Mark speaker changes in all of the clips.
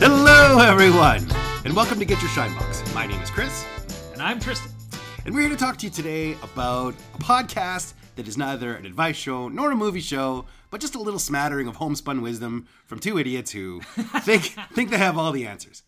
Speaker 1: Hello, everyone, and welcome to Get Your Shine Box. My name is Chris,
Speaker 2: And I'm Tristan.
Speaker 1: and we're here to talk to you today about a podcast that is neither an advice show nor a movie show, but just a little smattering of homespun wisdom from two idiots who think think they have all the answers.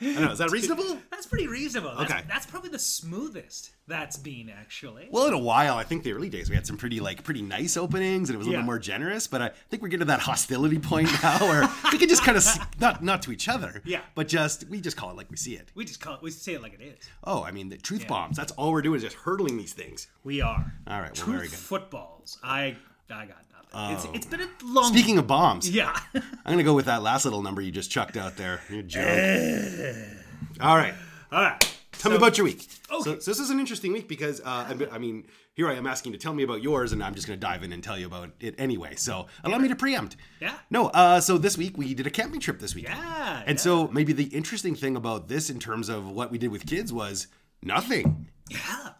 Speaker 1: I don't know, is that reasonable?
Speaker 2: That's pretty reasonable. That's,
Speaker 1: Okay.
Speaker 2: That's probably the smoothest that's been, actually.
Speaker 1: Well, in a while, I think the early days we had some pretty like pretty nice openings, and it was a little
Speaker 2: Yeah.
Speaker 1: more generous. But I think we're getting to that hostility point now, where we can just kind of not not to each other,
Speaker 2: Yeah.
Speaker 1: but just we just call it like we see it.
Speaker 2: We just call it, we say it like it is.
Speaker 1: Oh, I mean, the truth bombs. That's all we're doing is just hurtling these things.
Speaker 2: We are.
Speaker 1: All right, well,
Speaker 2: Truth
Speaker 1: very good. Oh.
Speaker 2: footballs. I, I got nothing. It's, it's been a long.
Speaker 1: Speaking of bombs,
Speaker 2: Yeah.
Speaker 1: I'm going to go with that last little number you just chucked out there. You jerk.
Speaker 2: Eh.
Speaker 1: all right.
Speaker 2: All right.
Speaker 1: Tell me about your week.
Speaker 2: Okay.
Speaker 1: So, so this is an interesting week because uh, I mean- I mean, here I am asking you to tell me about yours, and I'm just going to dive in and tell you about it anyway. So allow me to preempt.
Speaker 2: Yeah.
Speaker 1: No. Uh, so this week we did a camping trip this weekend.
Speaker 2: Yeah,
Speaker 1: And
Speaker 2: yeah.
Speaker 1: so maybe the interesting thing about this, in terms of what we did with kids, was nothing.
Speaker 2: Yeah.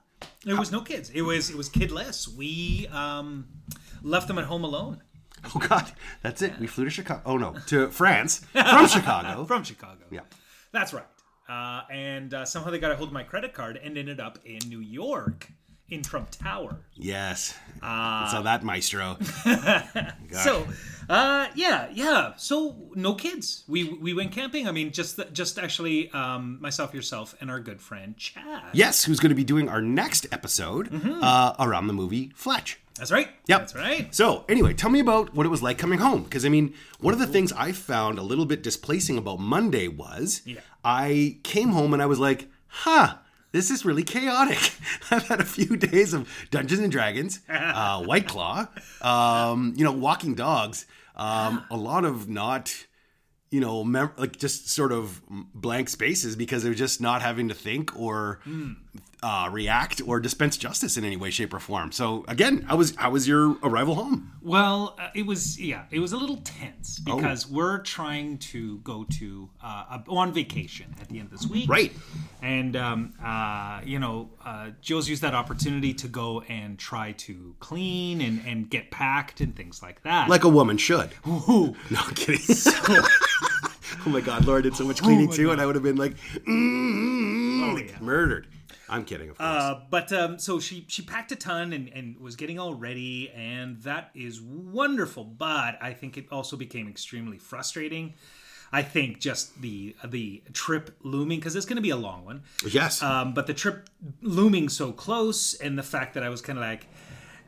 Speaker 2: There was no kids. It was it was kidless. We um, left them at home alone
Speaker 1: Oh God, that's it. We flew to Chicago. Oh no, to France from Chicago.
Speaker 2: from Chicago.
Speaker 1: Oh. Yeah.
Speaker 2: That's right. Uh, and uh, somehow they got a hold of my credit card and ended up in New York in Trump Tower.
Speaker 1: Yes. so that maestro.
Speaker 2: So, uh, yeah, yeah. So no kids. We we went camping. I mean, just the, just actually um, myself, yourself, and our good friend Chad.
Speaker 1: Yes, who's going to be doing our next episode uh, around the movie Fletch.
Speaker 2: that's right.
Speaker 1: Yep.
Speaker 2: that's right.
Speaker 1: So, anyway, tell me about what it was like coming home. Because, I mean, one of the things I found a little bit displacing about Monday was
Speaker 2: Yeah.
Speaker 1: I came home and I was like, huh, this is really chaotic. I've had a few days of Dungeons and Dragons, uh, White Claw, um, you know, walking dogs, um, a lot of not you know, mem- like just sort of blank spaces because they're just not having to think or
Speaker 2: Hmm.
Speaker 1: uh, react or dispense justice in any way, shape, or form. So again, how was how was your arrival home?
Speaker 2: Well, uh, it was yeah, it was a little tense
Speaker 1: Oh.
Speaker 2: because we're trying to go to uh, a, on vacation at the end of this week.
Speaker 1: Right.
Speaker 2: And um, uh, you know, uh, Joe's used that opportunity to go and try to clean and and get packed and things like that.
Speaker 1: Like a woman should. No
Speaker 2: Ooh.
Speaker 1: I'm kidding. oh my God, Laura did so much cleaning too, and I would have been like, mm, like
Speaker 2: yeah.
Speaker 1: murdered. I'm kidding, of course.
Speaker 2: Uh, but um, so she she packed a ton and, and was getting all ready, and that is wonderful. But I think it also became extremely frustrating. I think just the the trip looming because it's going to be a long one.
Speaker 1: yes.
Speaker 2: Um, but the trip looming so close, and the fact that I was kind of like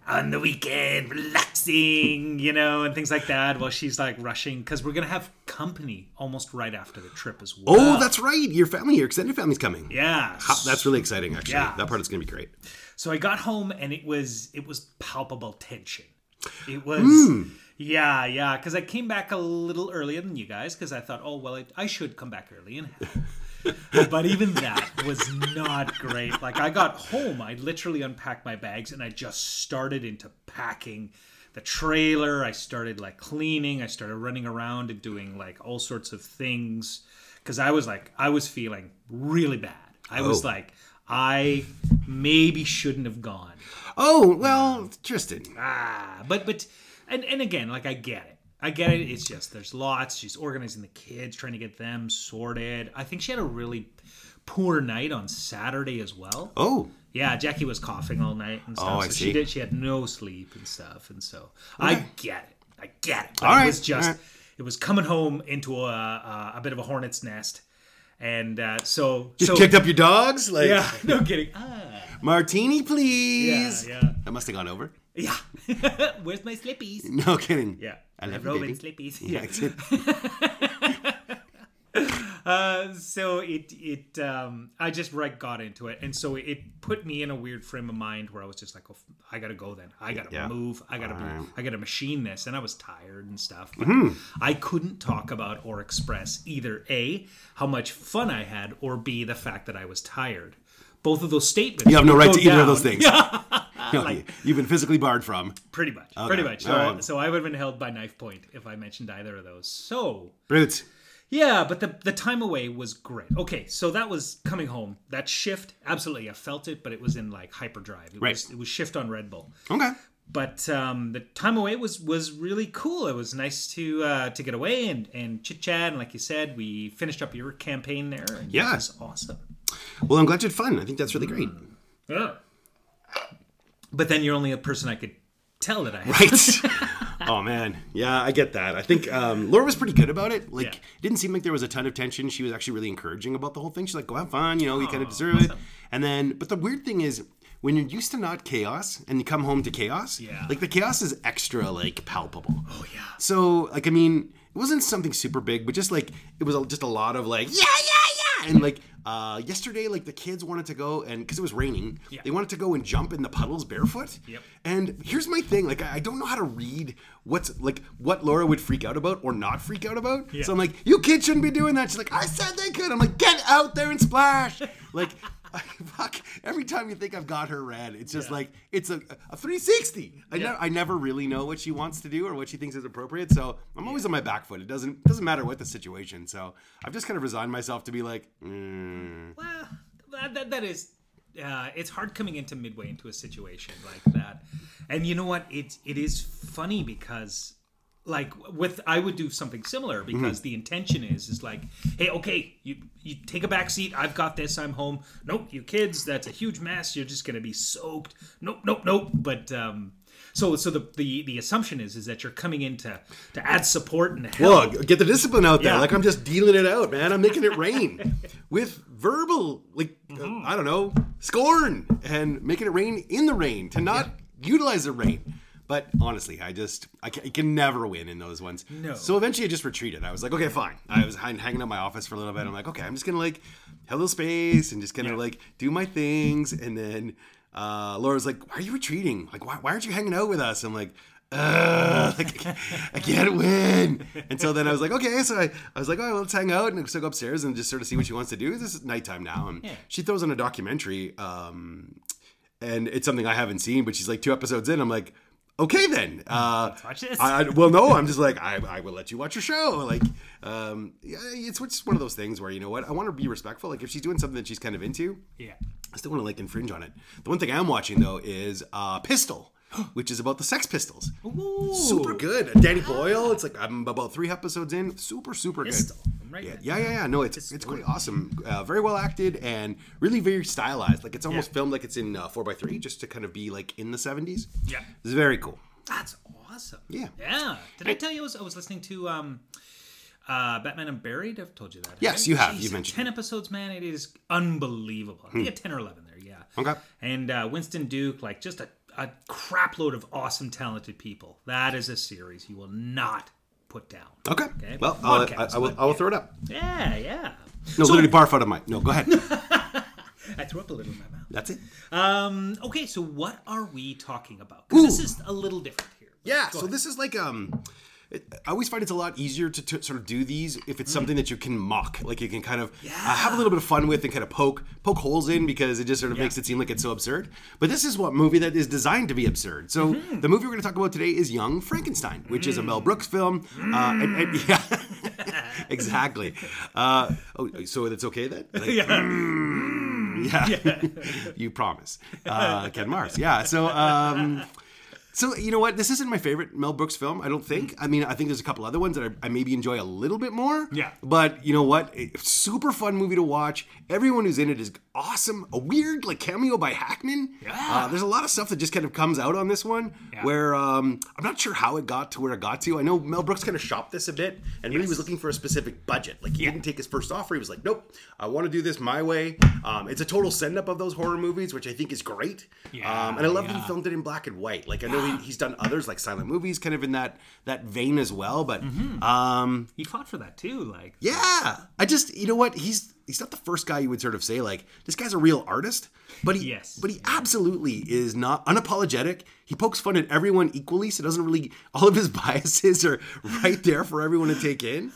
Speaker 2: on the weekend relaxing, you know, and things like that. While she's like rushing because we're going to have company almost right after the trip as well.
Speaker 1: oh, that's right. Your family, your extended family's coming.
Speaker 2: yeah.
Speaker 1: That's really exciting, actually.
Speaker 2: Yeah.
Speaker 1: That part is going to be great.
Speaker 2: So I got home and it was it was palpable tension. It was yeah yeah because I came back a little earlier than you guys because I thought oh well I, I should come back early and have." but even that was not great. Like I got home, I literally unpacked my bags and I just started into packing the trailer. I started like cleaning. I started running around and doing like all sorts of things because I was like I was feeling really bad. I was
Speaker 1: Oh.
Speaker 2: like I maybe shouldn't have gone.
Speaker 1: Oh, well, Tristan.
Speaker 2: Ah, but but and and again, like I get it. I get it. It's just there's lots. She's organizing the kids, trying to get them sorted. I think she had a really poor night on Saturday as well.
Speaker 1: Oh,
Speaker 2: Yeah, Jackie was coughing all night and stuff.
Speaker 1: Oh, I
Speaker 2: so
Speaker 1: see.
Speaker 2: she did she had no sleep and stuff and so I get it. I get it. But
Speaker 1: All
Speaker 2: it
Speaker 1: right,
Speaker 2: was just
Speaker 1: all right.
Speaker 2: it was coming home into a a, a bit of a hornet's nest. And uh, so
Speaker 1: just
Speaker 2: so
Speaker 1: kicked up your dogs? Like,
Speaker 2: yeah, no kidding. Ah,
Speaker 1: Martini, please.
Speaker 2: Yeah, yeah.
Speaker 1: That must have gone over.
Speaker 2: yeah. Where's my slippies?
Speaker 1: No kidding.
Speaker 2: Yeah.
Speaker 1: I love you,
Speaker 2: Roman
Speaker 1: baby.
Speaker 2: slippies.
Speaker 1: Yeah, I did.
Speaker 2: Uh, so it it um I just right got into it, and so it put me in a weird frame of mind where I was just like, oh, f- I gotta go then. I gotta
Speaker 1: Yeah.
Speaker 2: move. I gotta
Speaker 1: Alright.
Speaker 2: I gotta machine this, and I was tired and stuff. But
Speaker 1: Mm-hmm.
Speaker 2: I couldn't talk about or express either a how much fun I had, or b the fact that I was tired. Both of those statements.
Speaker 1: You have no
Speaker 2: would
Speaker 1: right
Speaker 2: go
Speaker 1: to either of
Speaker 2: down.
Speaker 1: those things. No, you- You've been physically barred from.
Speaker 2: Pretty much. Pretty much. So,
Speaker 1: alright.
Speaker 2: so I would have been held by knife point if I mentioned either of those. So
Speaker 1: Brutes.
Speaker 2: Yeah, but the the time away was great. Okay, so that was coming home. That shift, absolutely, I felt it, but it was in like hyperdrive. It
Speaker 1: Right.
Speaker 2: was it was shift on Red Bull.
Speaker 1: Okay.
Speaker 2: but um, the time away was was really cool. It was nice to uh, to get away and and chit chat. And like you said, we finished up your campaign there. And
Speaker 1: Yeah.
Speaker 2: it was awesome.
Speaker 1: Well, I'm glad you had fun. I think that's really great.
Speaker 2: Yeah. But then you're only a person I could tell that I had.
Speaker 1: Right. oh man, yeah, I get that. I think um, Laura was pretty good about it. Like,
Speaker 2: Yeah.
Speaker 1: it didn't seem like there was a ton of tension. She was actually really encouraging about the whole thing. She's like, "Go have fun," you know. You kind
Speaker 2: Oh,
Speaker 1: of deserve it. And then, but the weird thing is, when you're used to not chaos and you come home to chaos,
Speaker 2: Yeah.
Speaker 1: like the chaos is extra like palpable.
Speaker 2: Oh yeah.
Speaker 1: So, like, I mean, it wasn't something super big, but just like it was a- just a lot of like, yeah, yeah, yeah, and like uh, yesterday, like the kids wanted to go and because it was raining,
Speaker 2: Yeah.
Speaker 1: they wanted to go and jump in the puddles barefoot.
Speaker 2: Yep.
Speaker 1: And here's my thing, like, I I don't know how to read what's like what Laura would freak out about or not freak out about. So I'm like, you kids shouldn't be doing that. She's like, I said they could. I'm like, get out there and splash. like. I, fuck! Every time you think I've got her red, it's just
Speaker 2: Yeah.
Speaker 1: like it's a, a 360. I
Speaker 2: Yeah.
Speaker 1: never, I never really know what she wants to do or what she thinks is appropriate. So I'm always on my back foot. It doesn't doesn't matter what the situation. So I've just kind of resigned myself to be like, mm,
Speaker 2: Well, that, that, that is. Uh, it's hard coming into midway into a situation like that, and you know what? It's it is funny because, like, with I would do something similar
Speaker 1: Mm-hmm.
Speaker 2: because the intention is is like, hey, okay, you you take a back seat. I've got this. I'm home. Nope, you kids. That's a huge mess. You're just gonna be soaked. Nope, nope, nope. But um, so so the the the assumption is is that you're coming in to to add support and help.
Speaker 1: well, get the discipline out there.
Speaker 2: Yeah.
Speaker 1: Like I'm just dealing it out, man. I'm making it rain with verbal, like uh,
Speaker 2: Mm-hmm.
Speaker 1: I don't know, scorn and making it rain in the rain to not utilize the rain. But honestly, I just I can, I can never win in those ones.
Speaker 2: No.
Speaker 1: So eventually, I just retreated. I was like, okay, fine. I was hang- hanging out my office for a little bit. I'm like, okay, I'm just gonna like have a little space and just kind of like do my things. And then uh, Laura's like, why are you retreating? Like, why, why aren't you hanging out with us? I'm like. Ugh, like, I can't win. And so then I was like, okay. So I, I was like, oh, let's hang out. And so I go upstairs and just sort of see what she wants to do. This is nighttime now. And she throws on a documentary. Um, and it's something I haven't seen, but she's like two episodes in. I'm like, okay, then. Uh,
Speaker 2: watch this.
Speaker 1: I, I, well, no, I'm just like I, I will let you watch your show. Like, um, yeah, it's just one of those things where you know what I want to be respectful. Like, if she's doing something that she's kind of into,
Speaker 2: yeah,
Speaker 1: I still want to like infringe on it. The one thing I'm watching though is uh, Pistol, which is about the Sex Pistols.
Speaker 2: Ooh,
Speaker 1: Super good, Danny Boyle. It's like I'm about three episodes in. Super, super
Speaker 2: Pistol.
Speaker 1: good.
Speaker 2: I'm right
Speaker 1: Yeah,
Speaker 2: there.
Speaker 1: yeah, yeah, yeah. No, it's it's quite awesome. Uh, very well acted and really very stylized. Like it's almost filmed like it's in uh, 4x3 just to kind of be like in the 70s.
Speaker 2: Yeah.
Speaker 1: It's very cool.
Speaker 2: That's awesome.
Speaker 1: Yeah.
Speaker 2: Yeah. Did I tell you I was, I was listening to um, uh, Batman Unburied? I've told you that.
Speaker 1: Yes,
Speaker 2: haven't
Speaker 1: you
Speaker 2: I?
Speaker 1: have. You've
Speaker 2: Jeez,
Speaker 1: mentioned Hmm.
Speaker 2: ten episodes, man. It is unbelievable. I think I had ten or eleven there. Yeah.
Speaker 1: Okay.
Speaker 2: And uh, Winston Duke, like just a a crap load of awesome, talented people. That is a series you will not put down.
Speaker 1: Okay.
Speaker 2: Okay.
Speaker 1: Well, I'll, I,
Speaker 2: Podcast,
Speaker 1: I will.
Speaker 2: but
Speaker 1: I will throw it up.
Speaker 2: Yeah, yeah.
Speaker 1: No, literally barf out of my. No, go ahead.
Speaker 2: I threw up a little in my mouth.
Speaker 1: That's it.
Speaker 2: Um. Okay. So what are we talking about? Because this is a little different here.
Speaker 1: Yeah. So this is like um. It, I always find it's a lot easier to, to sort of do these if it's something that you can mock, like you can kind of uh, have a little bit of fun with and kind of poke poke holes in because it just sort of makes it seem like it's so absurd. But this is what movie that is designed to be absurd. So the movie we're going to talk about today is Young Frankenstein, which is a Mel Brooks film. Uh, and, and- yeah, exactly. Uh, oh, so it's okay then? Like, Mm. yeah. you promise. Uh, Ken Mars. Yeah. So, um, so you know what? This isn't my favorite Mel Brooks film. I don't think. I mean, I think there's a couple other ones that I, I maybe enjoy a little bit more.
Speaker 2: Yeah.
Speaker 1: But you know what? It's super fun movie to watch. Everyone who's in it is awesome. A weird like cameo by Hackman. Yeah. Uh, there's a lot of stuff that just kind of comes out on this one. Where um, I'm not sure how it got to where it got to. I know Mel Brooks kind of shopped this a bit, and really was looking for a specific budget. Like he didn't take his first offer. He was like, "Nope, I want to do this my way." Um, it's a total send up of those horror movies, which I think is great.
Speaker 2: Yeah,
Speaker 1: Um, and I love that
Speaker 2: yeah.
Speaker 1: he filmed it in black and white. Like I know he, he's done others like silent movies, kind of in that that vein as well. But
Speaker 2: Mm-hmm.
Speaker 1: um,
Speaker 2: He fought for that too. Like.
Speaker 1: yeah, I just you know what he's he's not the first guy you would sort of say like this guy's a real artist, but he
Speaker 2: Yes.
Speaker 1: but he absolutely is not unapologetic. He pokes fun at everyone equally, so it doesn't really all of his biases are right there for everyone to take in,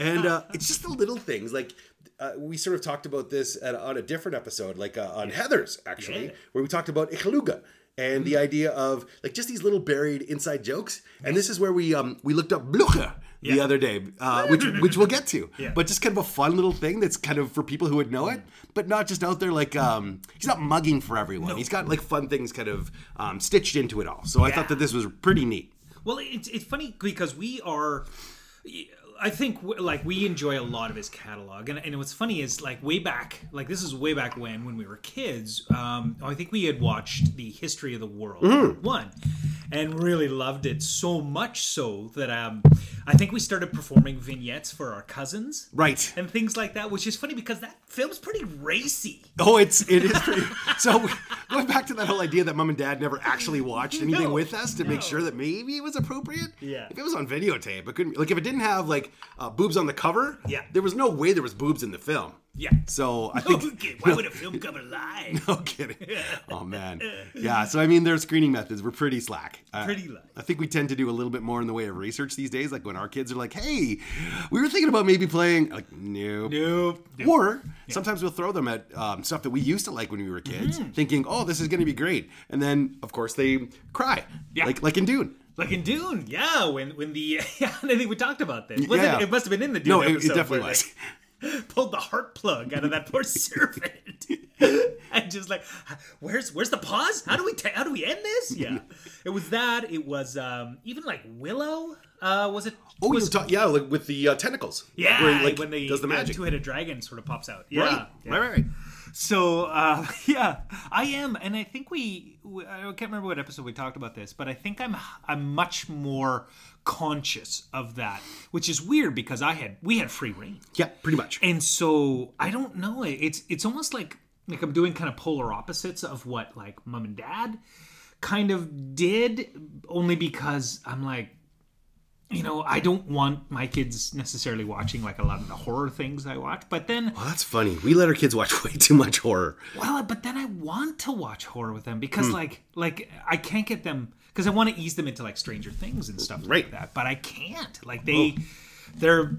Speaker 1: and uh, it's just the little things like. Uh, we sort of talked about this at, on a different episode, like uh, on Heather's, actually,
Speaker 2: Yeah.
Speaker 1: where we talked about Ichluga and the idea of like just these little buried inside jokes. And this is where we um, we looked up Blucher the other day, uh, which which we'll get to. But just kind of a fun little thing that's kind of for people who would know it, but not just out there like um, he's not mugging for everyone. He's got like fun things kind of um, stitched into it all. So I thought that this was pretty neat.
Speaker 2: Well, it's it's funny because we are. I think w- like we enjoy a lot of his catalog, and, and what's funny is like way back, like this is way back when when we were kids. Um, I think we had watched the History of the World one, and really loved it so much so that um, I think we started performing vignettes for our cousins
Speaker 1: Right.
Speaker 2: and things like that, which is funny because that film's pretty racy.
Speaker 1: Oh, it's it is pretty. so we- going back to that whole idea that mom and dad never actually watched anything
Speaker 2: No,
Speaker 1: with us to
Speaker 2: no.
Speaker 1: make sure that maybe it was appropriate.
Speaker 2: Yeah.
Speaker 1: If it was on videotape, it couldn't. Like if it didn't have like uh, boobs on the cover.
Speaker 2: Yeah.
Speaker 1: There was no way there was boobs in the film.
Speaker 2: Yeah.
Speaker 1: So I think.
Speaker 2: Okay, why would a film come alive?
Speaker 1: No kidding. Oh man. Yeah. So I mean, their screening methods were pretty slack. Uh,
Speaker 2: Pretty light.
Speaker 1: I think we tend to do a little bit more in the way of research these days. Like when our kids are like, "Hey, we were thinking about maybe playing." Like, nope.
Speaker 2: Nope.
Speaker 1: Or sometimes we'll throw them at um, stuff that we used to like when we were kids,
Speaker 2: Mm-hmm.
Speaker 1: thinking, "Oh, this is going to be great," and then of course they cry,
Speaker 2: Yeah.
Speaker 1: like like in Dune.
Speaker 2: Like in Dune, yeah. When when the yeah, I think we talked about this. Was
Speaker 1: yeah.
Speaker 2: it, it must have been in the Dune.
Speaker 1: No, it- it
Speaker 2: episode
Speaker 1: definitely
Speaker 2: where they Pulled the heart plug out of that poor servant, and just like, where's where's the pause? How do we ta- how do we end this? Yeah, it was that. It was um even like Willow. Uh, was it?
Speaker 1: Oh, you talk, yeah, like with the uh, tentacles.
Speaker 2: yeah,
Speaker 1: where he, like
Speaker 2: when they
Speaker 1: does the
Speaker 2: yeah,
Speaker 1: magic.
Speaker 2: two-headed dragon sort of pops out. Yeah,
Speaker 1: Right,
Speaker 2: yeah.
Speaker 1: right, right, right.
Speaker 2: So uh, yeah, I am, and I think we, we I can't remember what episode we talked about this, but I think I'm I'm much more conscious of that, which is weird because I had we had free reign,
Speaker 1: Yeah, pretty much.
Speaker 2: and so I don't know. It's it's almost like like I'm doing kind of polar opposites of what like mom and dad kind of did, only because I'm like. You know, I don't want my kids necessarily watching like a lot of the horror things I watch, but then
Speaker 1: Well, that's funny. We let our kids watch way too much horror.
Speaker 2: well, but then I want to watch horror with them
Speaker 1: Hmm.
Speaker 2: because like like I can't get them because I want to ease them into like Stranger Things and stuff
Speaker 1: Right. Oh.
Speaker 2: like that. But I can't. Like they they're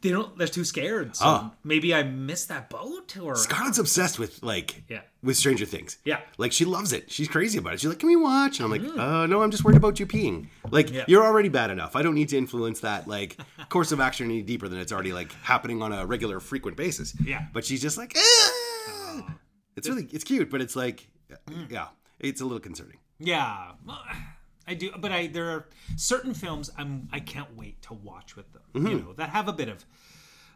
Speaker 2: they don't they're too scared. So
Speaker 1: Ah.
Speaker 2: maybe I missed that boat or
Speaker 1: Scarlett's obsessed with like
Speaker 2: Yeah.
Speaker 1: with Stranger Things.
Speaker 2: Yeah. Mm-hmm.
Speaker 1: Like she loves it. She's crazy about it. She's like, "Can we watch?" And I'm like, "Uh, no, I'm just worried about you peeing. Like you're already bad enough. I don't need to influence that like course of action any deeper than it's already like happening on a regular frequent basis."
Speaker 2: Yeah. Uh-huh.
Speaker 1: But she's just like, "Ah!" It's really it's cute, but it's like uh,
Speaker 2: Mm.
Speaker 1: yeah, it's a little concerning.
Speaker 2: Yeah. Well, I do but I there are certain films I'm I can't wait to watch with them. You
Speaker 1: Mm-hmm.
Speaker 2: know, that have a bit of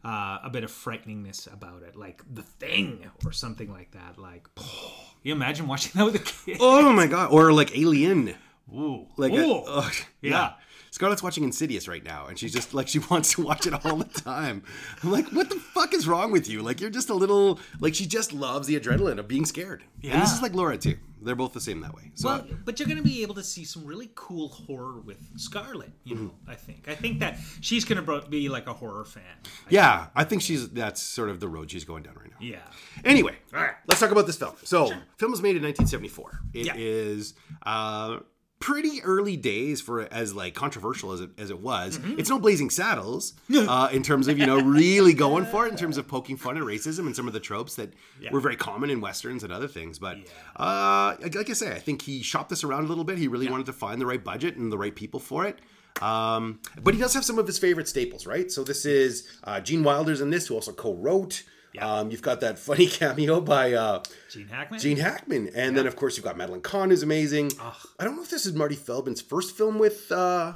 Speaker 2: uh, a bit of frighteningness about it, like The Thing or something like that. Like, you imagine watching that with a kid?
Speaker 1: Oh my god, or like Alien.
Speaker 2: Ooh,
Speaker 1: Like uh, I-
Speaker 2: Ooh.
Speaker 1: ugh, yeah.
Speaker 2: Yeah.
Speaker 1: Scarlett's watching Insidious right now, and she's just like she wants to watch it all the time. I'm like, what the fuck is wrong with you? Like you're just a little like she just loves the adrenaline of being scared. And this
Speaker 2: Yeah.
Speaker 1: is like Laura too. They're both the same that way. So
Speaker 2: Well, but you're going to be able to see some really cool horror with Scarlett. You know,
Speaker 1: Mm-hmm.
Speaker 2: I think. I think that she's going to be like a horror fan.
Speaker 1: yeah, I think she's that's sort of the road she's going down right now.
Speaker 2: Yeah.
Speaker 1: Anyway,
Speaker 2: right.
Speaker 1: let's talk about this film. So, film was made in 1974. It is
Speaker 2: Yeah.
Speaker 1: uh, pretty early days for as like controversial as it, as it was.
Speaker 2: Mm-hmm.
Speaker 1: It's no Blazing Saddles uh, in terms of you know really going for it in terms of poking fun at racism and some of the tropes that were very common in westerns and other things. But uh, like- like I say, I think he shopped this around a little bit. He really wanted to find the right budget and the right people for it. Um, but he does have some of his favorite staples, right? So this is uh, Gene Wilder's in this, who also co-wrote. Um, you've got that funny cameo by uh,
Speaker 2: Gene Hackman.
Speaker 1: Gene Hackman, and then of course you've got Madeline Kahn, who's amazing. I don't know if this is Marty Feldman's first film with, uh,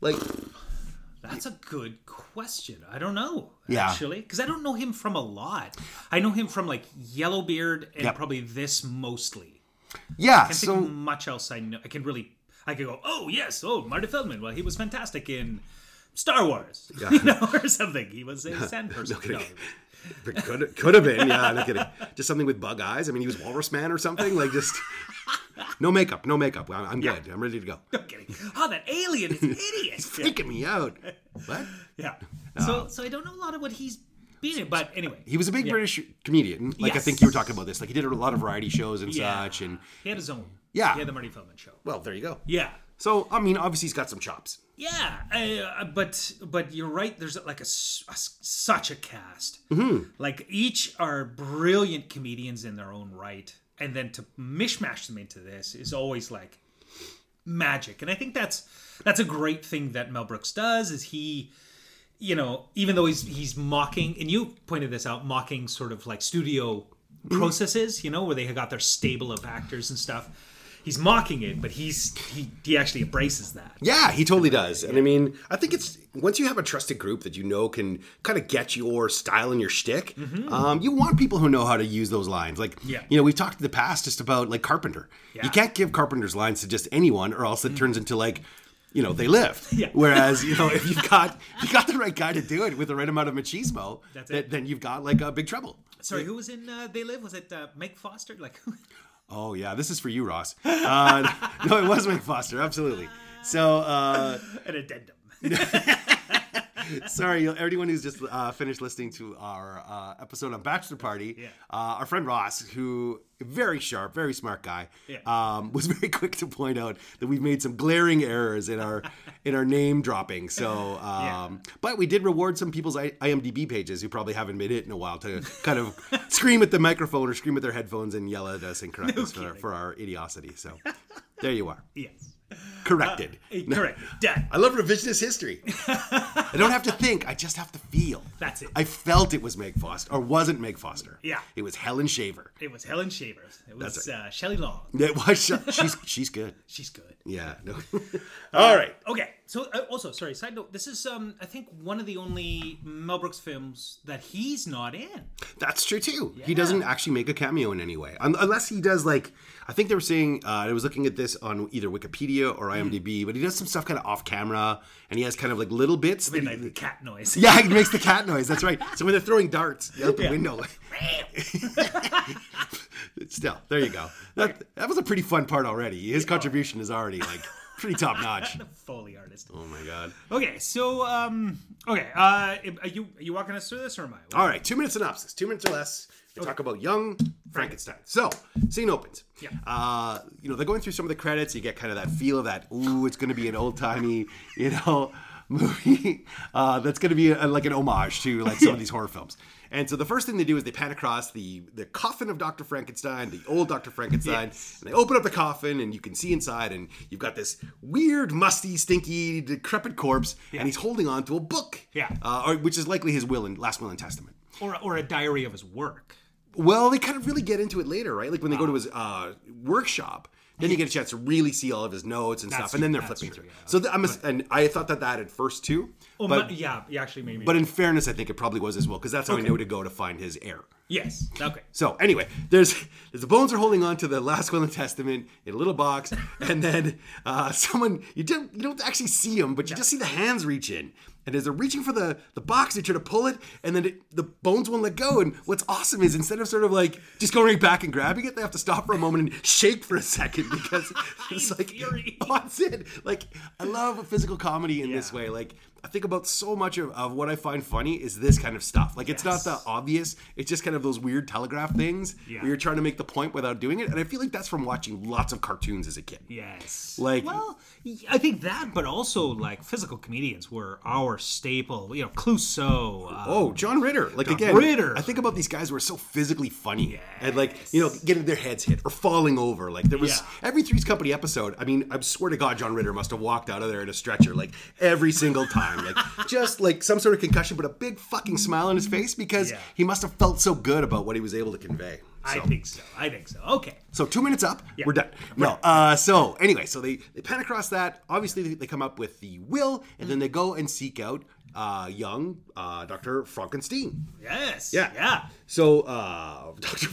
Speaker 1: like,
Speaker 2: That's a good question. I don't know.
Speaker 1: Yeah.
Speaker 2: Actually, because I don't know him from a lot. I know him from like Yellowbeard and
Speaker 1: Yep.
Speaker 2: probably this mostly.
Speaker 1: yeah.
Speaker 2: I
Speaker 1: So
Speaker 2: think much else I know. I can really. I could go. Oh yes. Oh, Marty Feldman. Well, he was fantastic in Star Wars. You know, or something. He was a sand person. No, he was-
Speaker 1: But could could have been, yeah. No kidding. Just something with bug eyes. I mean, he was Walrus Man or something. Like just no makeup, no makeup. I'm, I'm good. I'm ready to go.
Speaker 2: I'm kidding. Oh, that alien is hideous. Yeah.
Speaker 1: Freaking me out. What?
Speaker 2: Yeah. So so I don't know a lot of what he's been in, but anyway,
Speaker 1: Um, He
Speaker 2: he,
Speaker 1: was a big British comedian. Like I think
Speaker 2: Yes.
Speaker 1: you were talking about this. Like he did a lot of variety shows and
Speaker 2: Yeah.
Speaker 1: such. And
Speaker 2: had his own.
Speaker 1: Yeah.
Speaker 2: He had the Marty Feldman show.
Speaker 1: well, there you go.
Speaker 2: Yeah.
Speaker 1: So I mean, obviously he's got some chops.
Speaker 2: Yeah, uh, but but you're right. There's like a, s- a s- such a cast. Like each are brilliant comedians in their own right, and then to mishmash them into this is always like magic. And I think that's that's a great thing that Mel Brooks does is he you know, even though he's he's mocking and you pointed this out, mocking sort of like studio processes, you know, where they got their stable of actors and stuff. He's mocking it, but he's he, he actually embraces that.
Speaker 1: Yeah, he totally does. And I mean, I think it's once you have a trusted group that you know can kind of get your style and your shtick, um, you want people who know how to use those lines. Like,
Speaker 2: Mm-hmm. Yeah.
Speaker 1: you know, we've talked in the past just about like Carpenter.
Speaker 2: Yeah. Mm-hmm.
Speaker 1: You can't give Carpenter's lines to just anyone, or else it turns into like, you know, they live.
Speaker 2: Yeah.
Speaker 1: Whereas, you know, if you've got you got the right guy to do it with the right amount of machismo,
Speaker 2: That's
Speaker 1: th-
Speaker 2: it.
Speaker 1: then you've got like a big trouble.
Speaker 2: Sorry, who was in uh, They Live? Was it uh, Mike Foster? Like, who-
Speaker 1: Oh yeah, this is for you, Ross. Uh, no, it was Mick Foster, absolutely. So. Uh,
Speaker 2: an addendum.
Speaker 1: Sorry, everyone who's just uh, finished listening to our uh, episode on Bachelor Party,
Speaker 2: Yeah.
Speaker 1: uh, our friend Ross, who very sharp, very smart guy,
Speaker 2: Yeah.
Speaker 1: um, was very quick to point out that we've made some glaring errors in our in our name dropping. So, um, but we did reward some people's I- IMDb pages who probably haven't made it in a while to kind of scream at the microphone or scream at their headphones and yell at us and correct us for,
Speaker 2: kidding.
Speaker 1: for our idiocy. So, there you are,
Speaker 2: yes.
Speaker 1: corrected.
Speaker 2: Eh, Correct. Done.
Speaker 1: I love revisionist history. I don't have to think, I just have to feel.
Speaker 2: That's it.
Speaker 1: I felt it was Meg Foster, or wasn't Meg Foster.
Speaker 2: Yeah.
Speaker 1: It was Helen Shaver.
Speaker 2: It was Helen Shaver. It was
Speaker 1: That's
Speaker 2: uh, Shelley Long.
Speaker 1: It was, she's, she's good.
Speaker 2: She's good.
Speaker 1: Yeah. No. All right.
Speaker 2: Okay. So uh, also, sorry. Side note. This is um, I think one of the only Mel Brooks films that he's not in.
Speaker 1: That's true too. He doesn't actually make a cameo in any way, Un- unless he does like I think they were saying. Uh, I was looking at this on either Wikipedia or
Speaker 2: Hmm.
Speaker 1: IMDb, but he does some stuff kind of off camera, and he has kind of like little bits. That
Speaker 2: Been
Speaker 1: he,
Speaker 2: like the cat noise.
Speaker 1: yeah, he makes the cat noise. That's right. So when they're throwing darts out the window, like, still there you go that, that was a pretty fun part already his contribution is already like pretty top notch
Speaker 2: Foley artist.
Speaker 1: oh my god
Speaker 2: Okay. So um, okay. Uh, are you are you walking us through this or am I?
Speaker 1: all right two minute synopsis two minutes or less we talk about young frankenstein so scene opens
Speaker 2: Yeah.
Speaker 1: uh, you know they're going through some of the credits you get kind of that feel of that ooh it's going to be an old-timey you know movie uh, that's going to be a, like an homage to like some of these horror films and so the first thing they do is they pan across the the coffin of dr frankenstein the old dr frankenstein and they open up the coffin and you can see inside and you've got this weird musty stinky decrepit corpse and he's holding on to a book
Speaker 2: Yeah.
Speaker 1: uh, or, which is likely his will and last will and testament
Speaker 2: Or or a diary of his work.
Speaker 1: well, they kind of really get into it later, right? Like when they go to his
Speaker 2: Uh-huh.
Speaker 1: uh, workshop, then you get a chance to really see all of his notes and stuff, and then they're
Speaker 2: true, that's
Speaker 1: flipping
Speaker 2: true,
Speaker 1: through. So th- I'm, ass- and I thought that that at first too,
Speaker 2: Oh,
Speaker 1: but
Speaker 2: mu- yeah. Yeah. Actually, maybe.
Speaker 1: but in fairness, I think it probably was as well because that's how I know to go to find his heir.
Speaker 2: yes. Okay.
Speaker 1: So anyway, there's, there's the bones are holding on to the last will and testament in a little box, and then uh, someone you don't you don't actually see him, but you just see the hands reach in, and as they're reaching for the the box, they try to pull it, and then it, the bones won't let go. And what's awesome is instead of sort of like just going right back and grabbing it, they have to stop for a moment and shake for a second because it's
Speaker 2: In
Speaker 1: like
Speaker 2: fury.
Speaker 1: oh, that's it. Like I love physical comedy in this
Speaker 2: Yeah.
Speaker 1: way. Like I think about so much of, of what I find funny is this kind of stuff. Like it's
Speaker 2: Yes.
Speaker 1: not the obvious. It's just kind of those weird telegraph things
Speaker 2: Yeah.
Speaker 1: where you're trying to make the point without doing it. And I feel like that's from watching lots of cartoons as a kid.
Speaker 2: Yes.
Speaker 1: Like-
Speaker 2: well, I think that, but also like physical comedians were our staple. You know, Clouseau. Uh,
Speaker 1: Oh, John Ritter. Like again,
Speaker 2: Ritter.
Speaker 1: I think about these guys who are so physically funny and like, you know, getting their heads hit or falling over. Like there was
Speaker 2: Yeah.
Speaker 1: every Three's Company episode. I mean, I swear to God, John Ritter must have walked out of there in a stretcher like every single time. Like just like some sort of concussion, but a big fucking smile on his face because
Speaker 2: Yeah.
Speaker 1: he must have felt so good about what he was able to convey.
Speaker 2: I
Speaker 1: So-
Speaker 2: think so. I think so. Okay.
Speaker 1: So two minutes up, we're done. No, uh, so anyway, so they they pan across that. Obviously, they, they come up with the will, and then they go and seek out uh, young uh, Doctor Frankenstein.
Speaker 2: Yes.
Speaker 1: Yeah.
Speaker 2: Yeah.
Speaker 1: So uh, Doctor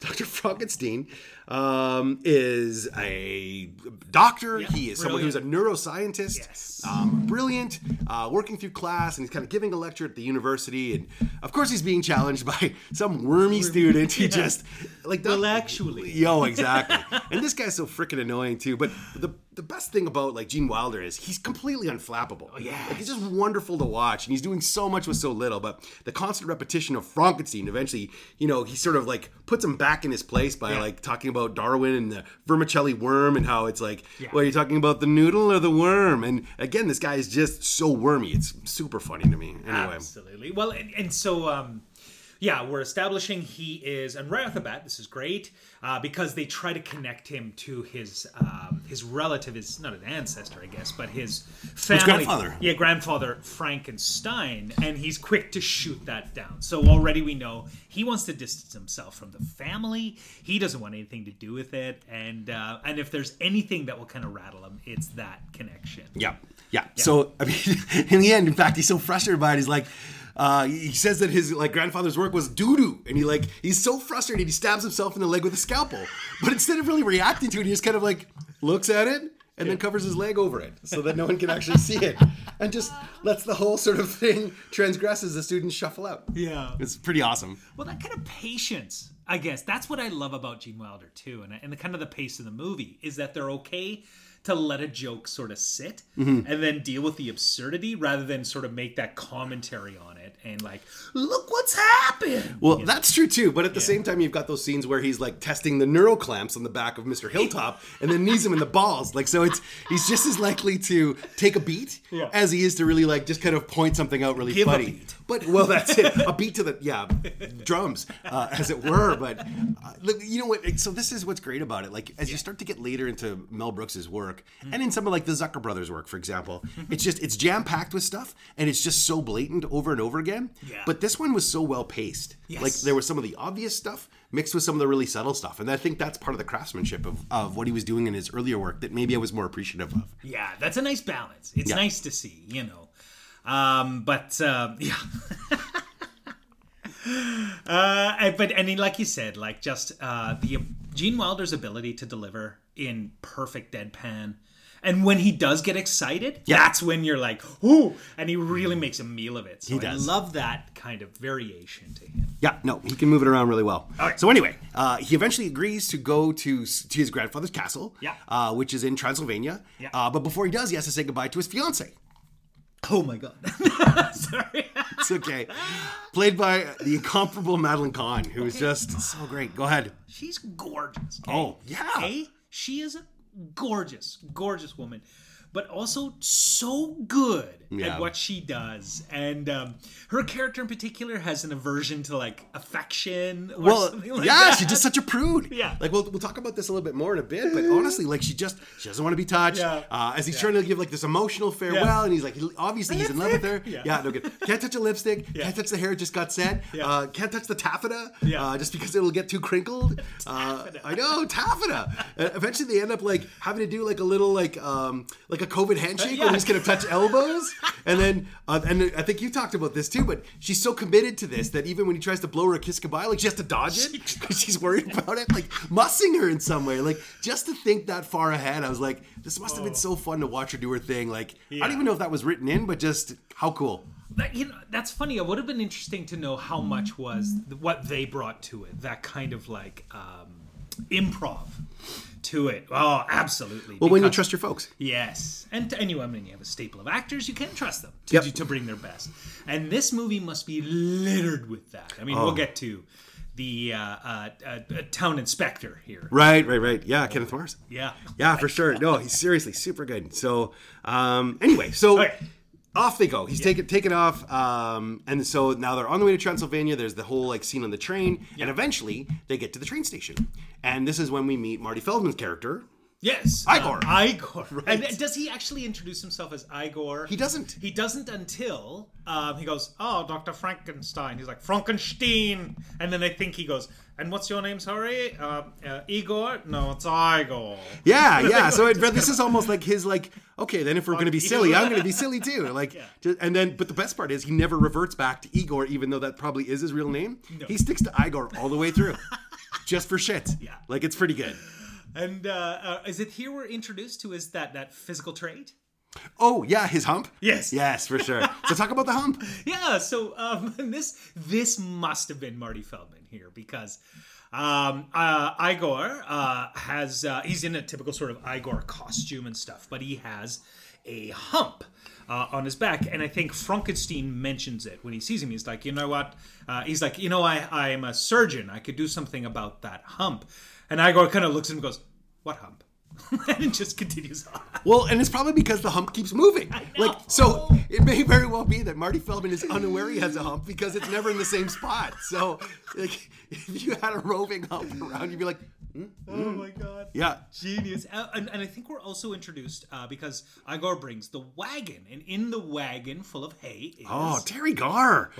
Speaker 1: Doctor Frankenstein um, is a doctor. he is someone who's a neuroscientist.
Speaker 2: Yes.
Speaker 1: Um, brilliant, uh, working through class, and he's kind of giving a lecture at the university. And of course, he's being challenged by some wormy student who just like
Speaker 2: Well, actually.
Speaker 1: Yo, exactly. and this guy's so freaking annoying too. But the the best thing about like Gene Wilder is he's completely unflappable. Oh,
Speaker 2: yeah.
Speaker 1: like, he's just wonderful to watch, and he's doing so much with so little. But the constant repetition of Frankenstein, eventually, you know, he sort of like puts him back in his place by like talking about Darwin and the vermicelli worm and how it's like, well, you're talking about the noodle or the worm. And again, this guy is just so wormy. It's super funny to me. Anyway,
Speaker 2: Absolutely. Well, and, and so um, yeah, we're establishing he is, and right off the bat, this is great uh, because they try to connect him to his um, his relative, is not an ancestor, I guess, but his family,
Speaker 1: grandfather.
Speaker 2: yeah, grandfather Frankenstein, and he's quick to shoot that down. So already we know he wants to distance himself from the family. He doesn't want anything to do with it, and uh, and if there's anything that will kind of rattle him, it's that connection.
Speaker 1: Yeah. Yeah. So I mean, in the end, in fact, he's so frustrated by it. He's like, uh, he says that his like grandfather's work was doo doo, and he like he's so frustrated he stabs himself in the leg with a scalpel. But instead of really reacting to it, he just kind of like looks at it and then covers his leg over it so that no one can actually see it, and just lets the whole sort of thing transgress as the students shuffle out.
Speaker 2: Yeah.
Speaker 1: It's pretty awesome.
Speaker 2: Well, that kind of patience, I guess, that's what I love about Gene Wilder too, and and the kind of the pace of the movie is that they're okay to let a joke sort of sit and then deal with the absurdity rather than sort of make that commentary on it and like, look what's happened.
Speaker 1: Well, that's true too, but at the same time, you've got those scenes where he's like testing the neural clamps on the back of Mr. Hilltop and then knees him in the balls. Like, so it's he's just as likely to take a beat
Speaker 2: Yeah.
Speaker 1: as he is to really like just kind of point something out really
Speaker 2: Give a
Speaker 1: funny.
Speaker 2: beat.
Speaker 1: But well, that's it. A beat to the yeah drums, uh, as it were. But uh, look, you know what? So this is what's great about it. Like as you start to get later into Mel Brooks's work, and in some of like the Zucker brothers' work, for example, it's just it's jam packed with stuff, and it's just so blatant over and over again.
Speaker 2: Yeah.
Speaker 1: But this one was so well paced.
Speaker 2: Yes.
Speaker 1: Like there was some of the obvious stuff mixed with some of the really subtle stuff, and I think that's part of the craftsmanship of, of what he was doing in his earlier work that maybe I was more appreciative of.
Speaker 2: Yeah, that's a nice balance. It's nice to see, you know. Um, but um, yeah. Uh, and- but and he- like you said, like just uh, the Gene Wilder's ability to deliver in perfect deadpan, and when he does get excited,
Speaker 1: Yeah.
Speaker 2: that's when you're like, "Ooh!" And he really makes a meal of it. So I
Speaker 1: does.
Speaker 2: love that kind of variation to him.
Speaker 1: Yeah, no, he can move it around really well.
Speaker 2: All right.
Speaker 1: So anyway, uh, he eventually agrees to go to s- to his grandfather's castle,
Speaker 2: Yeah.
Speaker 1: uh, which is in Transylvania.
Speaker 2: Yeah.
Speaker 1: Uh, but before he does, he has to say goodbye to his fiance.
Speaker 2: Oh my god! Sorry.
Speaker 1: It's okay. Played by the incomparable Madeline Kahn, who is just so great. Go ahead.
Speaker 2: She's gorgeous. okay?
Speaker 1: Oh, yeah.
Speaker 2: Okay? She is a gorgeous, gorgeous woman, but also so good
Speaker 1: Yeah.
Speaker 2: at what she does. And um, her character in particular has an aversion to like affection or
Speaker 1: Well,
Speaker 2: something like
Speaker 1: yeah,
Speaker 2: that.
Speaker 1: she's just such a prude.
Speaker 2: Yeah.
Speaker 1: like we'll, we'll talk about this a little bit more in a bit, but honestly, like she just she doesn't want to be touched.
Speaker 2: Yeah.
Speaker 1: Uh, as he's trying to give like this emotional farewell, and he's like, he- obviously he's in love with her.
Speaker 2: Yeah.
Speaker 1: no good. Can't touch a lipstick. Can't touch the hair it just got set. Uh, can't touch the taffeta.
Speaker 2: Yeah.
Speaker 1: uh, just because it'll get too crinkled. uh, I know taffeta. Uh, eventually, they end up like having to do like a little like um like a COVID handshake where
Speaker 2: yeah.
Speaker 1: he's gonna touch elbows, and then uh, and I think you talked about this too, but she's so committed to this that even when he tries to blow her a kiss goodbye, like she has to dodge it because she's worried about it, like mussing her in some way. Like just to think that far ahead, I was like, this must have been so fun to watch her do her thing. Like I don't even know if that was written in, but just how cool.
Speaker 2: That- you know, that's funny. It would have been interesting to know how much was what they brought to it. That kind of like um, improv to it. Oh, absolutely.
Speaker 1: But when you
Speaker 2: because-
Speaker 1: trust your folks,
Speaker 2: Yes, and to anyone when you have a staple of actors, you can trust them to,
Speaker 1: Yep.
Speaker 2: do- to bring their best. And this movie must be littered with that. I mean,
Speaker 1: Oh.
Speaker 2: we'll get to the uh, uh, uh, uh, town inspector here.
Speaker 1: right, right, right. Yeah, Kenneth Mars.
Speaker 2: Yeah,
Speaker 1: Yeah, for sure. No, he's seriously super good. So, um, anyway, so
Speaker 2: Okay.
Speaker 1: off they go. He's taken taken off, um, and so now they're on the way to Transylvania. There's the whole like scene on the train, and eventually they get to the train station, and this is when we meet Marty Feldman's character.
Speaker 2: Yes,
Speaker 1: Igor.
Speaker 2: Uh, Igor. And and does he actually introduce himself as Igor?
Speaker 1: He doesn't.
Speaker 2: He doesn't until um, he goes, "Oh, Doctor Frankenstein." He's like Frankenstein, and then I think he goes, "And what's your name? Sorry, uh, uh, Igor? No, it's Igor."
Speaker 1: Yeah, yeah. So it, this is almost like his like. Okay, then if we're going to be silly, I'm going to be silly too. Like, ju- and then but the best part is he never reverts back to Igor, even though that probably is his real name. He sticks to Igor all the way through, just for shit.
Speaker 2: Yeah.
Speaker 1: like it's pretty good.
Speaker 2: And uh, uh, is it here we're introduced to is that that physical trait?
Speaker 1: Oh yeah, his hump.
Speaker 2: Yes.
Speaker 1: yes, for sure. so talk about the hump.
Speaker 2: Yeah. So um, and this this must have been Marty Feldman here because um, uh, Igor uh, has uh, he's in a typical sort of Igor costume and stuff, but he has a hump. Uh, on his back, and I think Frankenstein mentions it when he sees him. He's like, you know what? Uh, he's like, you know, I I am a surgeon. I could do something about that hump. And Igor kind of looks at him and goes, "What hump?" and it just continues on.
Speaker 1: Well, and it's probably because the hump keeps moving.
Speaker 2: know.
Speaker 1: Like so, it may very well be that Marty Feldman is unaware he has a hump because it's never in the same spot. So, like, if you had a roving hump around, you'd be like,
Speaker 2: Oh my god.
Speaker 1: Mm. yeah,
Speaker 2: Genius. Uh, and, and I think we're also introduced uh, because Igor brings the wagon, and in the wagon full of hay is.
Speaker 1: Oh, Terry Garr.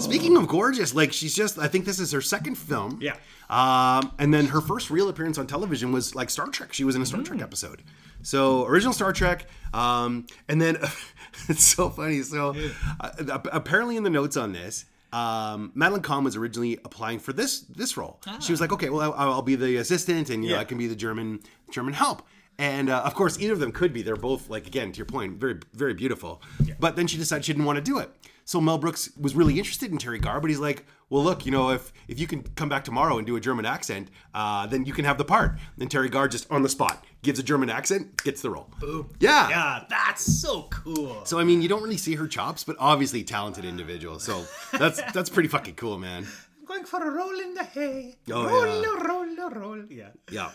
Speaker 1: Speaking of gorgeous, like she's just, I think this is her second film.
Speaker 2: Yeah.
Speaker 1: Um, and then her first real appearance on television was like Star Trek. She was in a Star Trek
Speaker 2: Mm.
Speaker 1: episode. So original Star Trek. Um, and then it's so funny. So uh, ap- apparently in the notes on this, um, Madeline Kahn was originally applying for this this role. She was like, okay, well, I'll, I'll be the assistant, and you know,
Speaker 2: Ah. Yeah.
Speaker 1: I can be the German German help. And uh, of course, either of them could be. They're both like again to your point, very very beautiful. But then she decided she didn't want to do it. So Mel Brooks was really interested in Terry Garr, but he's like, well, look, you know, if if you can come back tomorrow and do a German accent, uh, then you can have the part. Then Terry Garr just on the spot gives a German accent, gets the role. Boom. Yeah.
Speaker 2: Yeah, that's so cool.
Speaker 1: So I mean, you don't really see her chops, but obviously talented individual. So that's that's pretty fucking cool, man.
Speaker 2: I'm going for a roll in the hay.
Speaker 1: Oh,
Speaker 2: roll,
Speaker 1: yeah.
Speaker 2: roll, roll. Yeah.
Speaker 1: Yeah.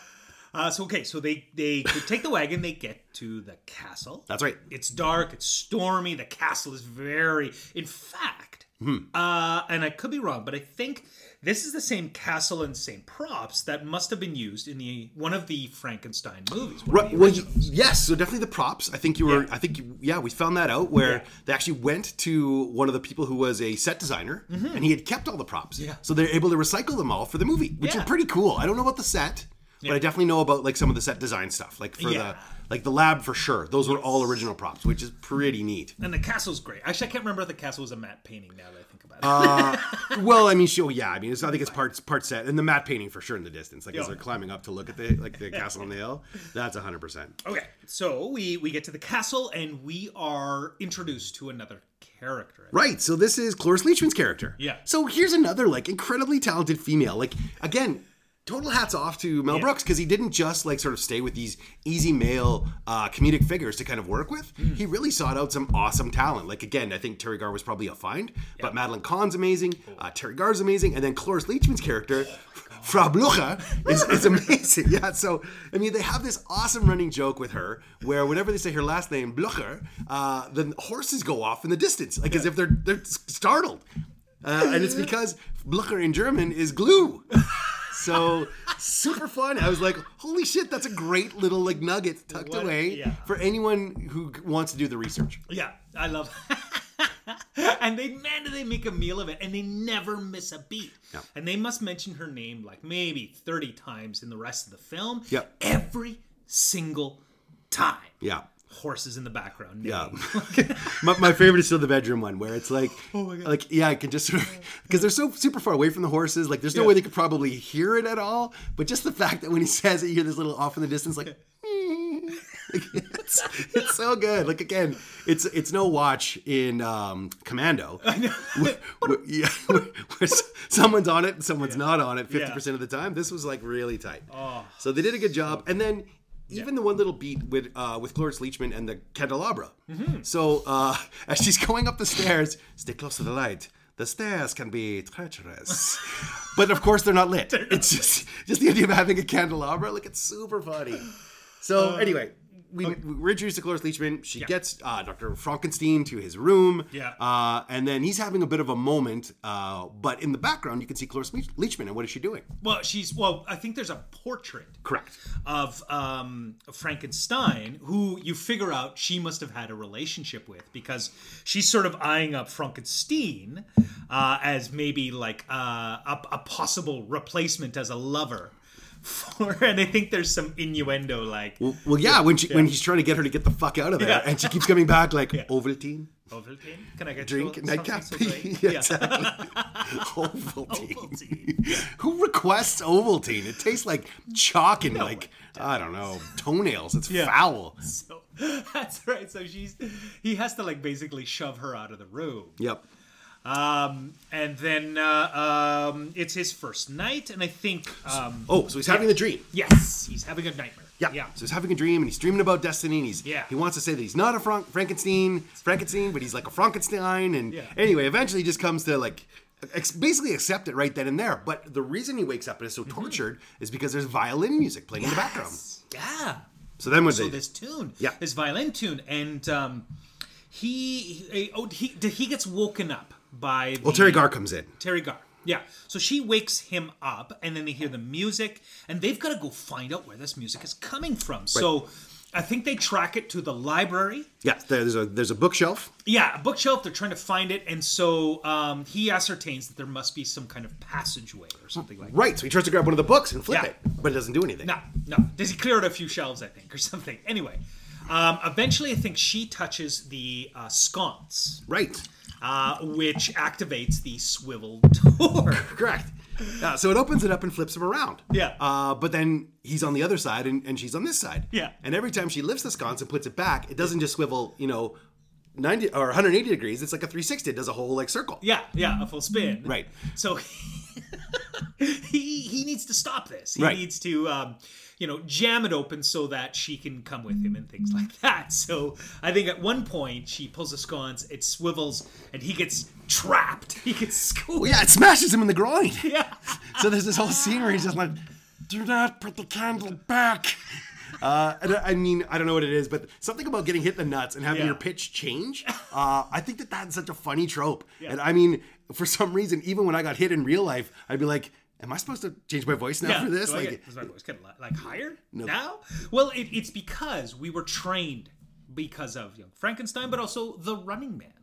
Speaker 2: Uh, so okay, so they they take the wagon, they get to the castle.
Speaker 1: That's right.
Speaker 2: It's dark, it's stormy. The castle is very, in fact,
Speaker 1: Hmm.
Speaker 2: uh, and I could be wrong, but I think this is the same castle and same props that must have been used in the one of the Frankenstein movies. one
Speaker 1: Right.
Speaker 2: of the
Speaker 1: Well, y-
Speaker 2: original-
Speaker 1: yes. So definitely the props. I think you were.
Speaker 2: Yeah.
Speaker 1: I think you, yeah, we found that out where
Speaker 2: Yeah.
Speaker 1: they actually went to one of the people who was a set designer, and he had kept all the props.
Speaker 2: Mm-hmm. Yeah.
Speaker 1: So they're able to recycle them all for the movie, which
Speaker 2: Yeah.
Speaker 1: is pretty cool. I don't know about the set, but I definitely know about like some of the set design stuff, like for
Speaker 2: Yeah.
Speaker 1: the like the lab for sure. Those were all original props, which is pretty neat.
Speaker 2: and the castle's great. Actually, I can't remember if the castle was a matte painting now that I think about it.
Speaker 1: Uh, well, I mean, she, oh, yeah. I mean, it's, I think it's parts part set, and the matte painting for sure in the distance, like
Speaker 2: Yeah.
Speaker 1: as they're climbing up to look at the like the castle on the hill. That's hundred percent.
Speaker 2: Okay, so we we get to the castle and we are introduced to another character.
Speaker 1: Right. So this is Cloris Leachman's character.
Speaker 2: Yeah.
Speaker 1: So here's another like incredibly talented female. Like again, total hats off to Mel Brooks because he didn't just like sort of stay with these easy male uh, comedic figures to kind of work with. He really sought out some awesome talent. Like again, I think Terry Garr was probably a find, but Madeline Kahn's amazing. Uh, Terry Garr's amazing, and then Cloris Leachman's character. Frau Blucher is, is amazing. Yeah, so I mean, they have this awesome running joke with her, where whenever they say her last name Blucher, uh, then horses go off in the distance, like as if they're they're s- startled, uh, and it's because Blucher in German is glue. So super fun. I was like, holy shit, that's a great little like nugget tucked
Speaker 2: What-
Speaker 1: away
Speaker 2: yeah.
Speaker 1: for anyone who g- wants to do the research.
Speaker 2: Yeah, I love. and they man, do they make a meal of it, and they never miss a beat.
Speaker 1: Yeah.
Speaker 2: And they must mention her name like maybe thirty times in the rest of the film.
Speaker 1: Yeah.
Speaker 2: every single time.
Speaker 1: Yeah.
Speaker 2: Horses in the background.
Speaker 1: Yeah.
Speaker 2: neighing.
Speaker 1: my, my favorite is still the bedroom one where it's like,
Speaker 2: Oh my God.
Speaker 1: like yeah, I can just sort of because they're so super far away from the horses. Like there's no way they could probably hear it at all. But just the fact that when he says it, you hear this little off in the distance, like. Like, it's, it's so good. Like again, it's it's no watch in um, Commando. Where, where- yeah, where- where s- someone's on it, and someone's not on it fifty percent of the time. This was like really tight. Oh, so they did a good job. And then even the one little beat with uh, with Cloris Leachman and the candelabra. So uh, as she's going up the stairs, stay close to the light. The stairs can be treacherous, but of course they're not lit. it's just just the idea of having a candelabra. Like it's super funny. So anyway, we, we're introduced to Cloris Leachman. She gets uh, Dr. Frankenstein to his room.
Speaker 2: Yeah.
Speaker 1: Uh, and then he's having a bit of a moment. Uh, but in the background, you can see Cloris Leach- Leachman. And what is she doing?
Speaker 2: Well, she's well. I think there's a portrait
Speaker 1: Correct.
Speaker 2: of um, Frankenstein, who you figure out she must have had a relationship with because she's sort of eyeing up Frankenstein uh, as maybe like uh, a, a possible replacement as a lover for, and I think there's some innuendo like
Speaker 1: Well, yeah, when she, when he's trying to get her to get the fuck out of there,
Speaker 2: Yeah.
Speaker 1: and she keeps coming back like Ovaltine,
Speaker 2: Ovaltine? Can I get
Speaker 1: drink
Speaker 2: you
Speaker 1: nightcap.
Speaker 2: something to drink?
Speaker 1: yeah, exactly. Ovaltine.
Speaker 2: Ovaltine.
Speaker 1: Who requests Ovaltine? It tastes like chalk and like I don't know toenails. It's foul.
Speaker 2: So that's right. So she's he has to like basically shove her out of the room.
Speaker 1: Yep.
Speaker 2: Um, and then uh, um, it's his first night, and I think um,
Speaker 1: Oh, so he's having the dream.
Speaker 2: yes, he's having a nightmare.
Speaker 1: Yeah.
Speaker 2: yeah,
Speaker 1: So he's having a dream and he's dreaming about destiny and he's
Speaker 2: Yeah.
Speaker 1: he wants to say that he's not a Frank- Frankenstein, Frankenstein, but he's like a Frankenstein and
Speaker 2: Yeah.
Speaker 1: anyway, eventually he just comes to like ex- basically accept it right then and there.
Speaker 2: Mm-hmm.
Speaker 1: But the reason he wakes up and is so tortured is because there's violin music playing in the background.
Speaker 2: yeah.
Speaker 1: So then what
Speaker 2: so
Speaker 1: they
Speaker 2: this tune,
Speaker 1: Yeah.
Speaker 2: this violin tune, and um, he, he oh he he gets woken up by the,
Speaker 1: Well Terry Gar comes in.
Speaker 2: Terry Gar. Yeah. So she wakes him up, and then they hear the music, and they've got to go find out where this music is coming from. So I think they track it to the library.
Speaker 1: Yeah, there's a there's a bookshelf.
Speaker 2: Yeah, a bookshelf. They're trying to find it, and so um, he ascertains that there must be some kind of passageway or something like that.
Speaker 1: Right, so he tries to grab one of the books and flip
Speaker 2: Yeah.
Speaker 1: it, but it doesn't do anything.
Speaker 2: No, no. Does he clear out a few shelves, I think, or something? Anyway, um, eventually, I think she touches the uh, sconce,
Speaker 1: Right.
Speaker 2: uh, which activates the swivel door.
Speaker 1: Correct. Yeah, so it opens it up and flips him around.
Speaker 2: Yeah.
Speaker 1: Uh, but then he's on the other side and, and she's on this side.
Speaker 2: Yeah.
Speaker 1: And every time she lifts the sconce and puts it back, it doesn't just swivel, you know, 90 or 180 degrees. It's like a 360. It does a whole like circle.
Speaker 2: Yeah, yeah, a full spin.
Speaker 1: Right.
Speaker 2: So he he needs to stop this. He
Speaker 1: Right.
Speaker 2: needs to um, you know jam it open so that she can come with him and things like that. So I think at one point she pulls a sconce, it swivels, and he gets trapped. He gets scooped.
Speaker 1: Oh, Yeah, it smashes him in the groin.
Speaker 2: Yeah.
Speaker 1: so there's this whole scene where he's just like, do not put the candle back. Uh, and I I mean, I don't know what it is, but something about getting hit in the nuts and having
Speaker 2: Yeah.
Speaker 1: your pitch change. Uh, I think that that's such a funny trope. And I mean, for some reason, even when I got hit in real life, I'd be like, "Am I supposed to change my voice now
Speaker 2: Yeah,
Speaker 1: for this?"
Speaker 2: do I
Speaker 1: Like,
Speaker 2: get- is my voice getting li- like higher now? Well, it, it's because we were trained because of Young Frankenstein, but also The Running Man.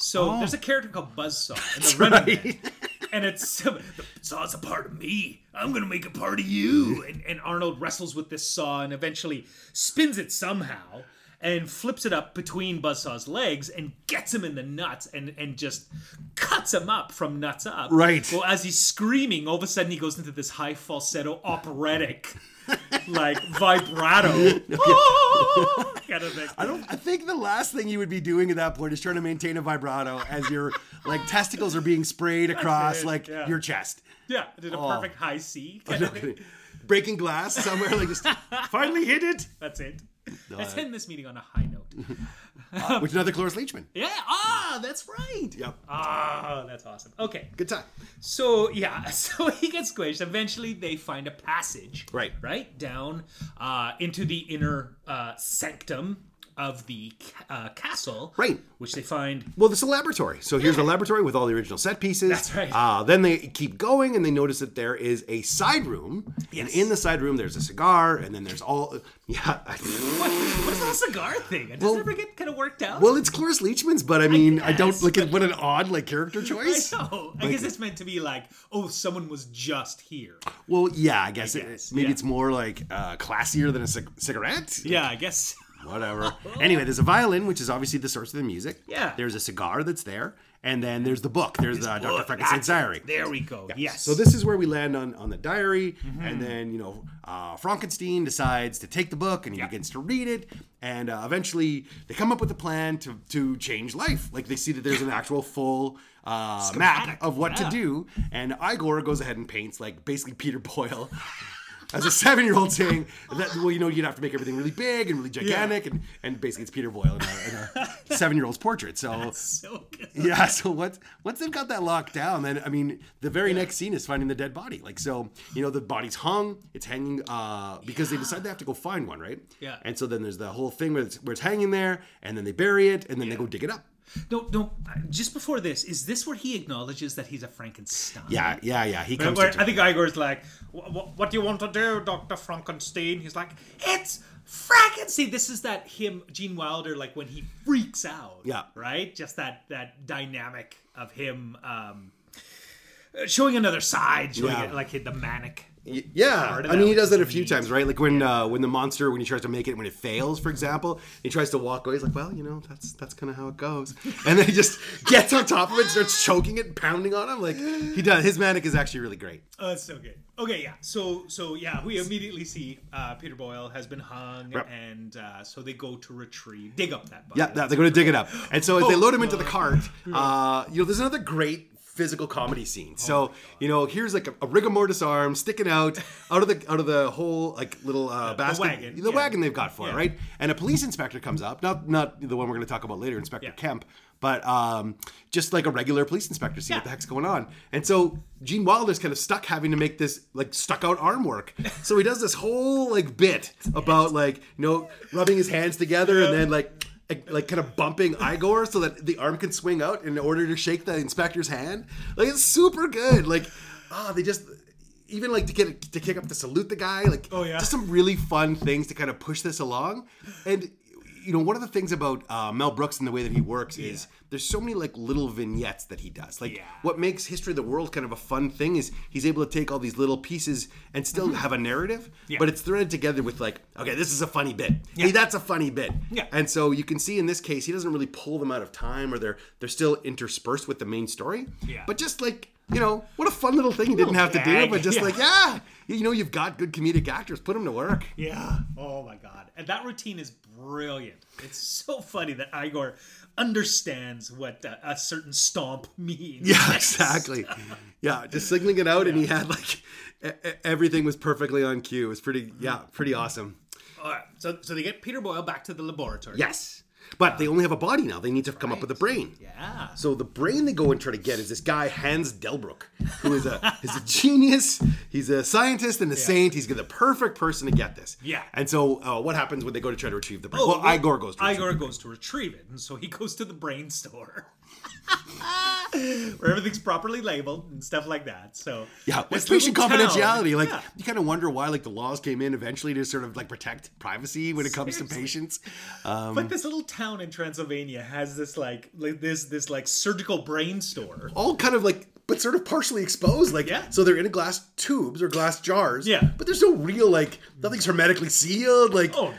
Speaker 2: So
Speaker 1: Oh.
Speaker 2: there's a character called Buzzsaw in The Running Man, and it's the saw's a part of me. I'm gonna make a part of you. And, and Arnold wrestles with this saw and eventually spins it somehow. And flips it up between Buzzsaw's legs and gets him in the nuts and, and just cuts him up from nuts up.
Speaker 1: Right.
Speaker 2: Well, as he's screaming, all of a sudden he goes into this high falsetto operatic, like vibrato, "Ah," kind of thing.
Speaker 1: I don't. I think the last thing you would be doing at that point is trying to maintain a vibrato as your like testicles are being sprayed across
Speaker 2: it,
Speaker 1: like
Speaker 2: yeah.
Speaker 1: your chest.
Speaker 2: Yeah, I did a
Speaker 1: Oh.
Speaker 2: perfect high C. Kind of thing.
Speaker 1: Breaking glass somewhere, like just finally hit it.
Speaker 2: That's it. Let's end this meeting on a high note.
Speaker 1: Which is another Cloris Leachman.
Speaker 2: Yeah. Ah, that's right.
Speaker 1: Yep.
Speaker 2: Ah, that's awesome. Okay.
Speaker 1: Good time.
Speaker 2: So yeah, so he gets squished. Eventually, they find a passage,
Speaker 1: Right.
Speaker 2: right down uh, into the inner uh, sanctum of the ca- uh, castle,
Speaker 1: Right.
Speaker 2: Which they find
Speaker 1: Well, this is a laboratory. So here's a laboratory with all the original set pieces.
Speaker 2: That's right.
Speaker 1: Uh, then they keep going and they notice that there is a side room.
Speaker 2: Yes.
Speaker 1: And in the side room, there's a cigar and then there's all. Yeah.
Speaker 2: What, what is that cigar thing? Does it ever get kind of worked out?
Speaker 1: well, it's Cloris Leachman's, but I mean, I, don't
Speaker 2: guess,
Speaker 1: look at what an odd like character
Speaker 2: I
Speaker 1: choice.
Speaker 2: know. I guess it's meant to be like, oh, someone was just here.
Speaker 1: Well, yeah, I guess, it-
Speaker 2: guess,
Speaker 1: maybe
Speaker 2: yeah.
Speaker 1: it's more like uh, classier than a c- cigarette.
Speaker 2: Yeah, I guess.
Speaker 1: Whatever. anyway, there's a violin, which is obviously the source of the music.
Speaker 2: Oh. Yeah.
Speaker 1: There's a cigar that's there, and then there's the book. There's uh, Dr.
Speaker 2: Look,
Speaker 1: Frankenstein's
Speaker 2: that's it.
Speaker 1: diary.
Speaker 2: There we go. Yes. Mm-hmm.
Speaker 1: So this is where we land on on the diary, and then you know uh, Frankenstein decides to take the book and he begins to read it, and uh, eventually they come up with a plan to to change life. Like they see that there's an actual full. Uh, map
Speaker 2: Schematic,
Speaker 1: of what
Speaker 2: yeah.
Speaker 1: to do, and Igor goes ahead and paints like basically Peter Boyle as a seven year old saying that well you know you'd have to make everything really big and really gigantic, and and basically it's Peter Boyle in a, in a seven year old's portrait. So
Speaker 2: so good.
Speaker 1: yeah, so once once they've got that locked down, then I mean, the very next scene is finding the dead body. Like so, you know, the body's hung, it's hanging uh, because they decide they have to go find one, right?
Speaker 2: Yeah.
Speaker 1: And so then there's the whole thing where it's, where it's hanging there, and then they bury it, and then they go dig it up.
Speaker 2: No, no. uh, Just before this, is this where he acknowledges that he's a Frankenstein?
Speaker 1: Yeah, yeah, yeah. He comes.
Speaker 2: Where
Speaker 1: to
Speaker 2: I think Igor's like, "Wh- wh- "What do you want to do, Doctor Frankenstein?" He's like, "It's Frankenstein." This is that him, Gene Wilder, like when he freaks out.
Speaker 1: Yeah.
Speaker 2: right. Just that that dynamic of him um, uh, showing another side, showing
Speaker 1: Yeah.
Speaker 2: it, like the manic.
Speaker 1: Y- Yeah,
Speaker 2: Part of
Speaker 1: I mean, he
Speaker 2: that
Speaker 1: does that a
Speaker 2: was
Speaker 1: few
Speaker 2: neat.
Speaker 1: times, right? Like when uh, when the monster when he tries to make it when it fails, for example, he tries to walk away. He's like, "Well, you know, that's that's kind of how it goes," and then he just gets on top of it, starts choking it, and pounding on him. Like he does. His manic is actually really great.
Speaker 2: Oh, that's so good. Okay, yeah. So, so yeah, we immediately see uh, Peter Boyle has been hung, and uh, so they go to retrieve, dig up that body.
Speaker 1: Yeah, that, they're going to dig it up. And so as
Speaker 2: Oh.
Speaker 1: they load him into the cart, uh, you know, there's another great physical comedy scene.
Speaker 2: Oh.
Speaker 1: So you know, here's like a, a rigor mortis arm sticking out out of the out of the whole like little uh, basket,
Speaker 2: wagon, yeah.
Speaker 1: they've got for it,
Speaker 2: Yeah.
Speaker 1: right? And a police inspector comes up, not not the one we're going to talk about later, Inspector Kemp, but um, just like a regular police inspector, see
Speaker 2: Yeah.
Speaker 1: what the heck's going on. And so Gene Wilder's kind of stuck having to make this like stuck out arm work. So he does this whole like bit about like you know rubbing his hands together and then like like- like kind of bumping Igor so that the arm can swing out in order to shake the inspector's hand. Like it's super good. Like ah, they just even like to get to kick up to salute the guy. Like
Speaker 2: Oh, yeah.
Speaker 1: just some really fun things to kind of push this along and you know one of the things about uh, mel brooks and the way that he works is there's so many like little vignettes that he does like
Speaker 2: Yeah.
Speaker 1: what makes history of the world kind of a fun thing is he's able to take all these little pieces and still have a narrative
Speaker 2: Mm-hmm. Yeah.
Speaker 1: but it's threaded together with like okay this is a funny bit
Speaker 2: Yeah.
Speaker 1: hey that's a funny bit
Speaker 2: Yeah.
Speaker 1: and so you can see in this case he doesn't really pull them out of time or they're they're still interspersed with the main story
Speaker 2: Yeah.
Speaker 1: but just like you know what a fun little thing he didn't have to do
Speaker 2: gag.
Speaker 1: but just
Speaker 2: Yeah.
Speaker 1: like yeah you know you've got good comedic actors put them to work
Speaker 2: Yeah. Oh my god. And that routine is brilliant. It's so funny that Igor understands what uh, a certain stomp means.
Speaker 1: Yeah, exactly. Yeah, just singling it out, and he had like e- e- everything was perfectly on cue. It was pretty, yeah, pretty awesome.
Speaker 2: All right. So so they get Peter Boyle back to the laboratory.
Speaker 1: Yes, but they only have a body now. They need to come up with a brain.
Speaker 2: Yeah.
Speaker 1: So the brain they go and try to get is this guy Hans Delbruck, who is a is a genius. He's a scientist and a saint. He's the perfect person to get this.
Speaker 2: Yeah.
Speaker 1: And so, uh, what happens when they go to try to retrieve the brain?
Speaker 2: Oh,
Speaker 1: well, Igor goes. To retrieve
Speaker 2: Igor goes to retrieve it, and so he goes to the brain store. Where everything's properly labeled and stuff like that. So
Speaker 1: Yeah, with
Speaker 2: this
Speaker 1: patient
Speaker 2: little town-
Speaker 1: confidentiality. Like
Speaker 2: Yeah.
Speaker 1: you kind of wonder why like the laws came in eventually to sort of like protect privacy when it comes to
Speaker 2: Seriously.
Speaker 1: patients. um,
Speaker 2: But this little town in Transylvania has this like like this this like surgical brain store.
Speaker 1: All kind of like but sort of partially exposed. Like
Speaker 2: Yeah.
Speaker 1: so they're in glass tubes or glass jars.
Speaker 2: Yeah.
Speaker 1: But there's no real like nothing's hermetically sealed. Like
Speaker 2: Oh no.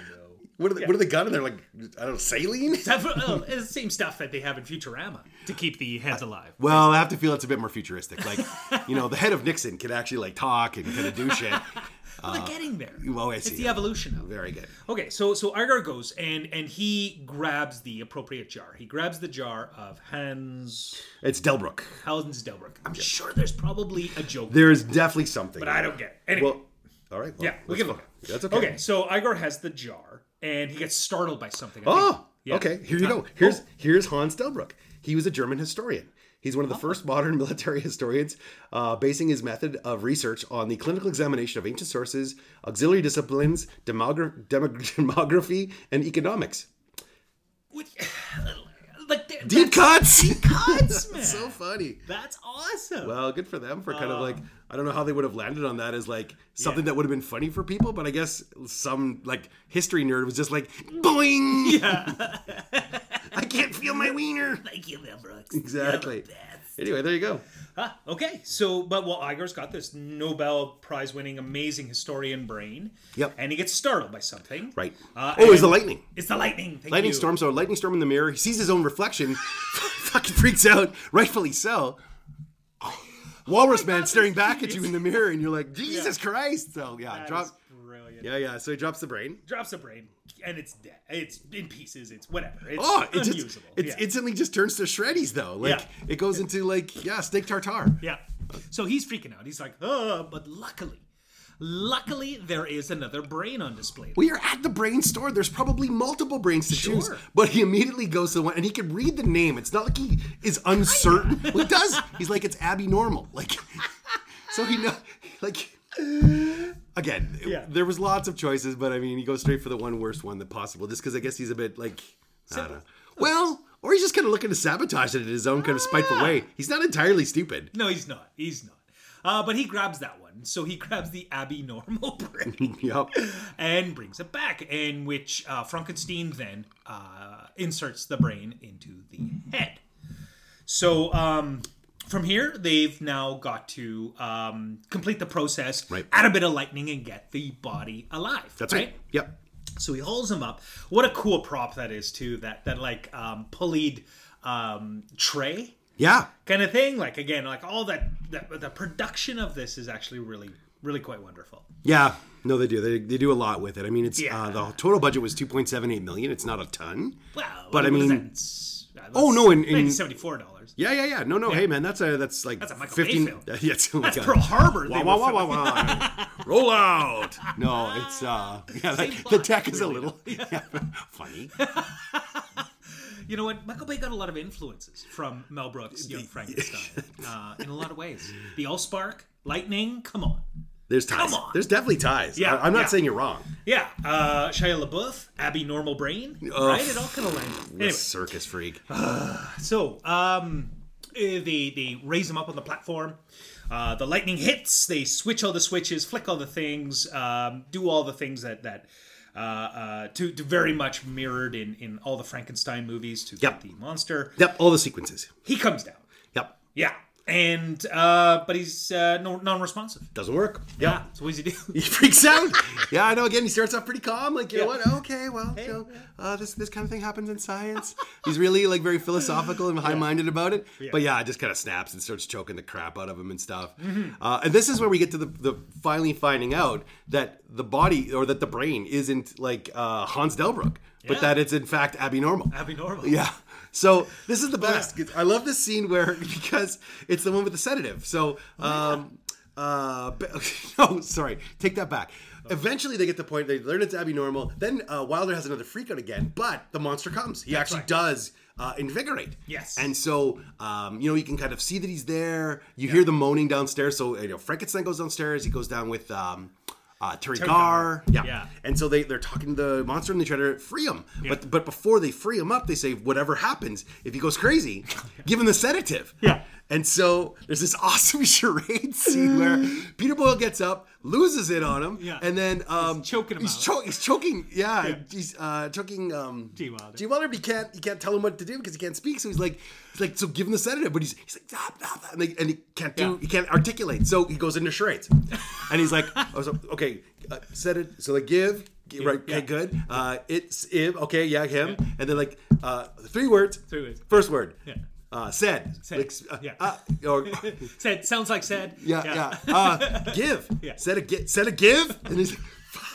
Speaker 1: what are they, what are they got in there? Like I don't know, saline?
Speaker 2: That- uh, well, it's the same stuff that they have in Futurama to keep the heads alive.
Speaker 1: Well, I have to feel it's a bit more futuristic. Like, you know, the head of Nixon can actually like talk and kind of do shit.
Speaker 2: Well, they're getting there.
Speaker 1: well, I
Speaker 2: it's
Speaker 1: Uh, see,
Speaker 2: the
Speaker 1: yeah.
Speaker 2: evolution of it.
Speaker 1: Very good.
Speaker 2: Okay, so so Argar goes and and he grabs the appropriate jar. He grabs the jar of Hans
Speaker 1: It's Delbrook.
Speaker 2: Hans Delbruck. I'm sure there's probably a joke,
Speaker 1: There is definitely something.
Speaker 2: but I don't get it. Anyway,
Speaker 1: Well, all right. well,
Speaker 2: yeah, we
Speaker 1: that's
Speaker 2: can look.
Speaker 1: fine.
Speaker 2: At it.
Speaker 1: That's okay.
Speaker 2: Okay, so Igor has the jar and he gets startled by something. I think.
Speaker 1: Oh,
Speaker 2: Yeah.
Speaker 1: okay. Here you go. Here's here's Hans Delbruck. He was a German historian. He's one of the first modern military historians, uh, basing his method of research on the clinical examination of ancient sources, auxiliary disciplines, demogra- demog- demography, and economics.
Speaker 2: What- like there-
Speaker 1: Deep
Speaker 2: that's-
Speaker 1: cuts.
Speaker 2: cuts, man.
Speaker 1: so funny.
Speaker 2: That's awesome.
Speaker 1: Well, good for them for kind of like I don't know how they would have landed on that as like something that would have been funny for people, but I guess some like history nerd was just like boing. I can't feel my wiener.
Speaker 2: Thank you, Mel Brooks.
Speaker 1: Exactly.
Speaker 2: You're the best.
Speaker 1: Anyway, there you go.
Speaker 2: Ah, okay. So, but well, Igor's got this Nobel Prize winning, amazing historian brain.
Speaker 1: Yep.
Speaker 2: And he gets startled by something.
Speaker 1: Right.
Speaker 2: Uh,
Speaker 1: oh, it was the
Speaker 2: and-
Speaker 1: lightning.
Speaker 2: It's the lightning. Thank
Speaker 1: Lightning
Speaker 2: you.
Speaker 1: storm. So lightning storm in the mirror. He sees his own reflection. fucking freaks out. Rightfully so. Walrus man staring back at you in the mirror, and you're like, Jesus Christ! So yeah,
Speaker 2: That
Speaker 1: drop.
Speaker 2: is brilliant.
Speaker 1: Yeah, yeah. So he drops the brain.
Speaker 2: Drops a brain, and it's dead. It's in pieces. It's whatever. It's
Speaker 1: Oh, it just
Speaker 2: unusable.
Speaker 1: it
Speaker 2: yeah.
Speaker 1: instantly just turns to shreddies though. Like
Speaker 2: Yeah.
Speaker 1: it goes into like yeah, steak tartare.
Speaker 2: yeah. So he's freaking out. He's like, oh, but luckily, luckily there is another brain on display.
Speaker 1: We are at the brain store. There's probably multiple brains to choose,
Speaker 2: Sure.
Speaker 1: but he immediately goes to the one, and he can read the name. It's not like he is uncertain. Well, he does. He's like it's Abby Normal. Like, so he know. Like, again, it-
Speaker 2: Yeah.
Speaker 1: there was lots of choices, but I mean, he goes straight for the one worst one that possible, just because I guess he's a bit like, I don't know. Well, or he's just kind of looking to sabotage it in his own kind of
Speaker 2: Ah.
Speaker 1: spiteful way. He's not entirely stupid.
Speaker 2: No, he's not. He's not. Uh, but he grabs that one. So he grabs the Abby normal brain.
Speaker 1: Yep.
Speaker 2: and brings it back, in which uh, Frankenstein then uh, inserts the brain into the head. So um, from here, they've now got to um, complete the process,
Speaker 1: Right.
Speaker 2: add a bit of lightning, and get the body alive.
Speaker 1: That's right. Yep.
Speaker 2: So he holds him up. What a cool prop that is, too. That that like um, pulleyed um, tray
Speaker 1: Yeah.
Speaker 2: kind of thing. Like again, like all that, that the production of this is actually really really quite wonderful.
Speaker 1: Yeah. No, they do. They, they do a lot with it. I mean, it's
Speaker 2: Yeah.
Speaker 1: uh, the total budget was 2.78 million. It's not a ton.
Speaker 2: Wow.
Speaker 1: But I
Speaker 2: what is
Speaker 1: mean-
Speaker 2: that? It's- uh, that's
Speaker 1: Oh, no, in- in-
Speaker 2: $74.
Speaker 1: Yeah, yeah, yeah. No, no. Hey, man, that's a that's like that's
Speaker 2: a Michael Bay
Speaker 1: 15.
Speaker 2: film.
Speaker 1: yeah, it's, oh my
Speaker 2: That's
Speaker 1: God.
Speaker 2: Pearl Harbor. they
Speaker 1: Wah,
Speaker 2: were
Speaker 1: wah, wah,
Speaker 2: filming.
Speaker 1: wah, wah. Roll out. No, it's uh, yeah. Like, the
Speaker 2: plot,
Speaker 1: tech is a
Speaker 2: really,
Speaker 1: little funny.
Speaker 2: You know what? Michael Bay got a lot of influences from Mel Brooks' Young Frankenstein uh, in a lot of ways. The Allspark, Lightning, come on.
Speaker 1: There's ties.
Speaker 2: Come on.
Speaker 1: There's definitely ties.
Speaker 2: Yeah,
Speaker 1: I, am not
Speaker 2: yeah.
Speaker 1: saying you're wrong.
Speaker 2: Yeah, uh, Shia LaBeouf, Abby Normal Brain, right? It all kind of lands. Anyway,
Speaker 1: Circus freak.
Speaker 2: so um, eh, they they raise them up on the platform. Uh, the lightning hits. They switch all the switches, flick all the things, um, do all the things that that uh, uh, to, to very much mirrored in in all the Frankenstein movies to
Speaker 1: Yep.
Speaker 2: get the monster.
Speaker 1: Yep, all the sequences.
Speaker 2: He comes down.
Speaker 1: Yep.
Speaker 2: Yeah. And uh, but he's uh, no, non-responsive.
Speaker 1: Doesn't work.
Speaker 2: Yeah. So what does he do?
Speaker 1: He freaks out. yeah, I know. Again, he starts off pretty calm, like you know
Speaker 2: Yeah.
Speaker 1: what? Okay, well, you know, uh, this this kind of thing happens in science. He's really like very philosophical and high minded about it. But yeah, it just kind of snaps and starts choking the crap out of him and stuff. Uh, and this is where we get to the, the finally finding out that the body or that the brain isn't like uh, Hans Delbruck, but
Speaker 2: Yeah.
Speaker 1: that it's in fact Abby Normal.
Speaker 2: Abby Normal.
Speaker 1: Yeah. So this is the best. I love this scene where because it's the one with the sedative. So um uh b- no, sorry. Take that back. Eventually they get the point they learn it's abnormal. Then uh, Wilder has another freak out again, but the monster comes. He actually
Speaker 2: right.
Speaker 1: does uh, invigorate.
Speaker 2: Yes.
Speaker 1: And so um, you know you can kind of see that he's there. You hear the moaning downstairs. So you know Frankenstein goes downstairs. He goes down with um uh, Terry, Garr.
Speaker 2: Garr.
Speaker 1: Yeah.
Speaker 2: Yeah.
Speaker 1: And so they, they're talking to the monster and they try to free him. But but before they free him up, they say, whatever happens, if he goes crazy, give him the sedative.
Speaker 2: Yeah.
Speaker 1: And so there's this awesome charade scene where Peter Boyle gets up, loses it on him,
Speaker 2: Yeah.
Speaker 1: and then um, he's
Speaker 2: choking him
Speaker 1: He's,
Speaker 2: out.
Speaker 1: cho- he's choking. Yeah, he's uh, choking. Um,
Speaker 2: G. Wilder.
Speaker 1: G. Wilder. But he can't. He can't tell him what to do because he can't speak. So he's like, he's like, so give him the sedative. But he's he's like, ah, ah, ah," and, they, and he can't do.
Speaker 2: Yeah.
Speaker 1: He can't articulate. So he goes into charades, and he's like, oh, so, okay, uh, set it. So like, give. gi- Right, okay,
Speaker 2: yeah.
Speaker 1: good. Uh, it's if okay, yeah, him, and then like uh, three words.
Speaker 2: Three words.
Speaker 1: First word.
Speaker 2: Yeah.
Speaker 1: Uh, said.
Speaker 2: Said,
Speaker 1: Like, uh,
Speaker 2: yeah.
Speaker 1: uh, or
Speaker 2: said sounds like said.
Speaker 1: yeah, yeah. Uh, give.
Speaker 2: Yeah.
Speaker 1: Set a gi- set a give, and he's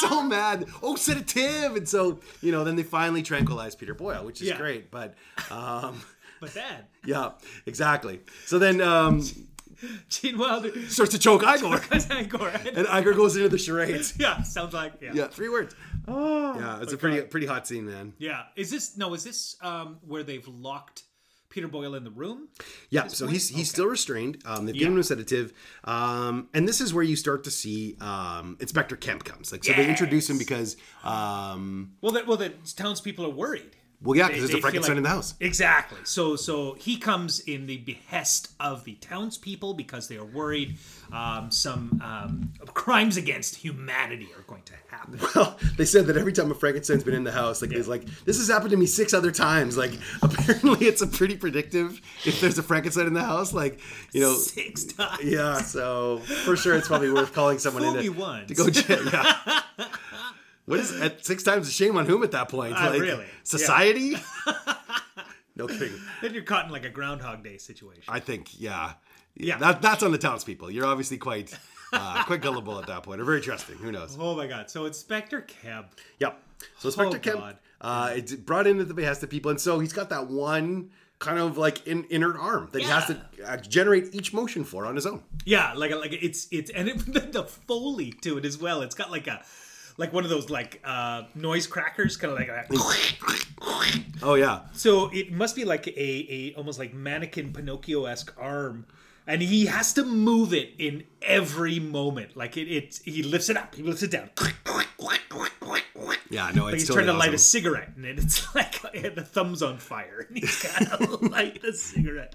Speaker 1: so mad. Oh, set a tiv, and so you know. Then they finally tranquilize Peter Boyle, which is
Speaker 2: Yeah.
Speaker 1: great. But um,
Speaker 2: But then
Speaker 1: yeah, exactly. So then um,
Speaker 2: Gene Wilder
Speaker 1: starts to choke Igor,
Speaker 2: as Angkor.
Speaker 1: and Igor goes into the charades.
Speaker 2: Yeah, sounds like yeah.
Speaker 1: Yeah, three words. Oh, yeah, it's a pretty pretty hot scene, man.
Speaker 2: Yeah. Is this no? Is this um where they've locked Peter Boyle in the room?
Speaker 1: Yeah, so he's he's still restrained. Um, they've given him a sedative, um, and this is where you start to see um, Inspector Kemp comes. Like, so they introduce him because, um,
Speaker 2: Well, that well, the townspeople are worried.
Speaker 1: well, yeah, because there's
Speaker 2: they
Speaker 1: a
Speaker 2: feel
Speaker 1: Frankenstein
Speaker 2: like-
Speaker 1: in the house.
Speaker 2: Exactly. So so he comes in the behest of the townspeople because they are worried um, some um, crimes against humanity are going to happen.
Speaker 1: Well, they said that every time a Frankenstein's been in the house, like it's like this has happened to me six other times. Like, apparently, it's a pretty predictive if there's a Frankenstein in the house. Like, you know,
Speaker 2: Six times.
Speaker 1: yeah. So for sure, it's probably worth calling someone
Speaker 2: Fool
Speaker 1: in
Speaker 2: me
Speaker 1: to,
Speaker 2: once.
Speaker 1: to go. check- Yeah. What is at six times a shame on whom at that point?
Speaker 2: Ah, really?
Speaker 1: Society? no kidding.
Speaker 2: Then you're caught in like a Groundhog Day situation.
Speaker 1: I think, yeah.
Speaker 2: Yeah.
Speaker 1: That, that's on the townspeople. You're obviously quite uh, quite gullible at that point, or very trusting. Who knows?
Speaker 2: oh my God! So Inspector Kemp.
Speaker 1: Yep. So Inspector Kemp,
Speaker 2: God.
Speaker 1: uh, it's brought in at the behest of people, and so he's got that one kind of like in, inner arm that he has to uh, generate each motion for on his own.
Speaker 2: Yeah, like like it's it's and it, the, the foley to it as well. It's got like a like one of those like uh noise crackers, kind of like a,
Speaker 1: Oh yeah,
Speaker 2: so it must be like a a almost like mannequin Pinocchio esque arm, and he has to move it in every moment. Like it, it he lifts it up, he lifts it down.
Speaker 1: yeah. No,
Speaker 2: Like
Speaker 1: it's
Speaker 2: he's
Speaker 1: totally
Speaker 2: trying to light a
Speaker 1: awesome.
Speaker 2: cigarette, and it- it's like the thumb's on fire, and he's got to light the cigarette.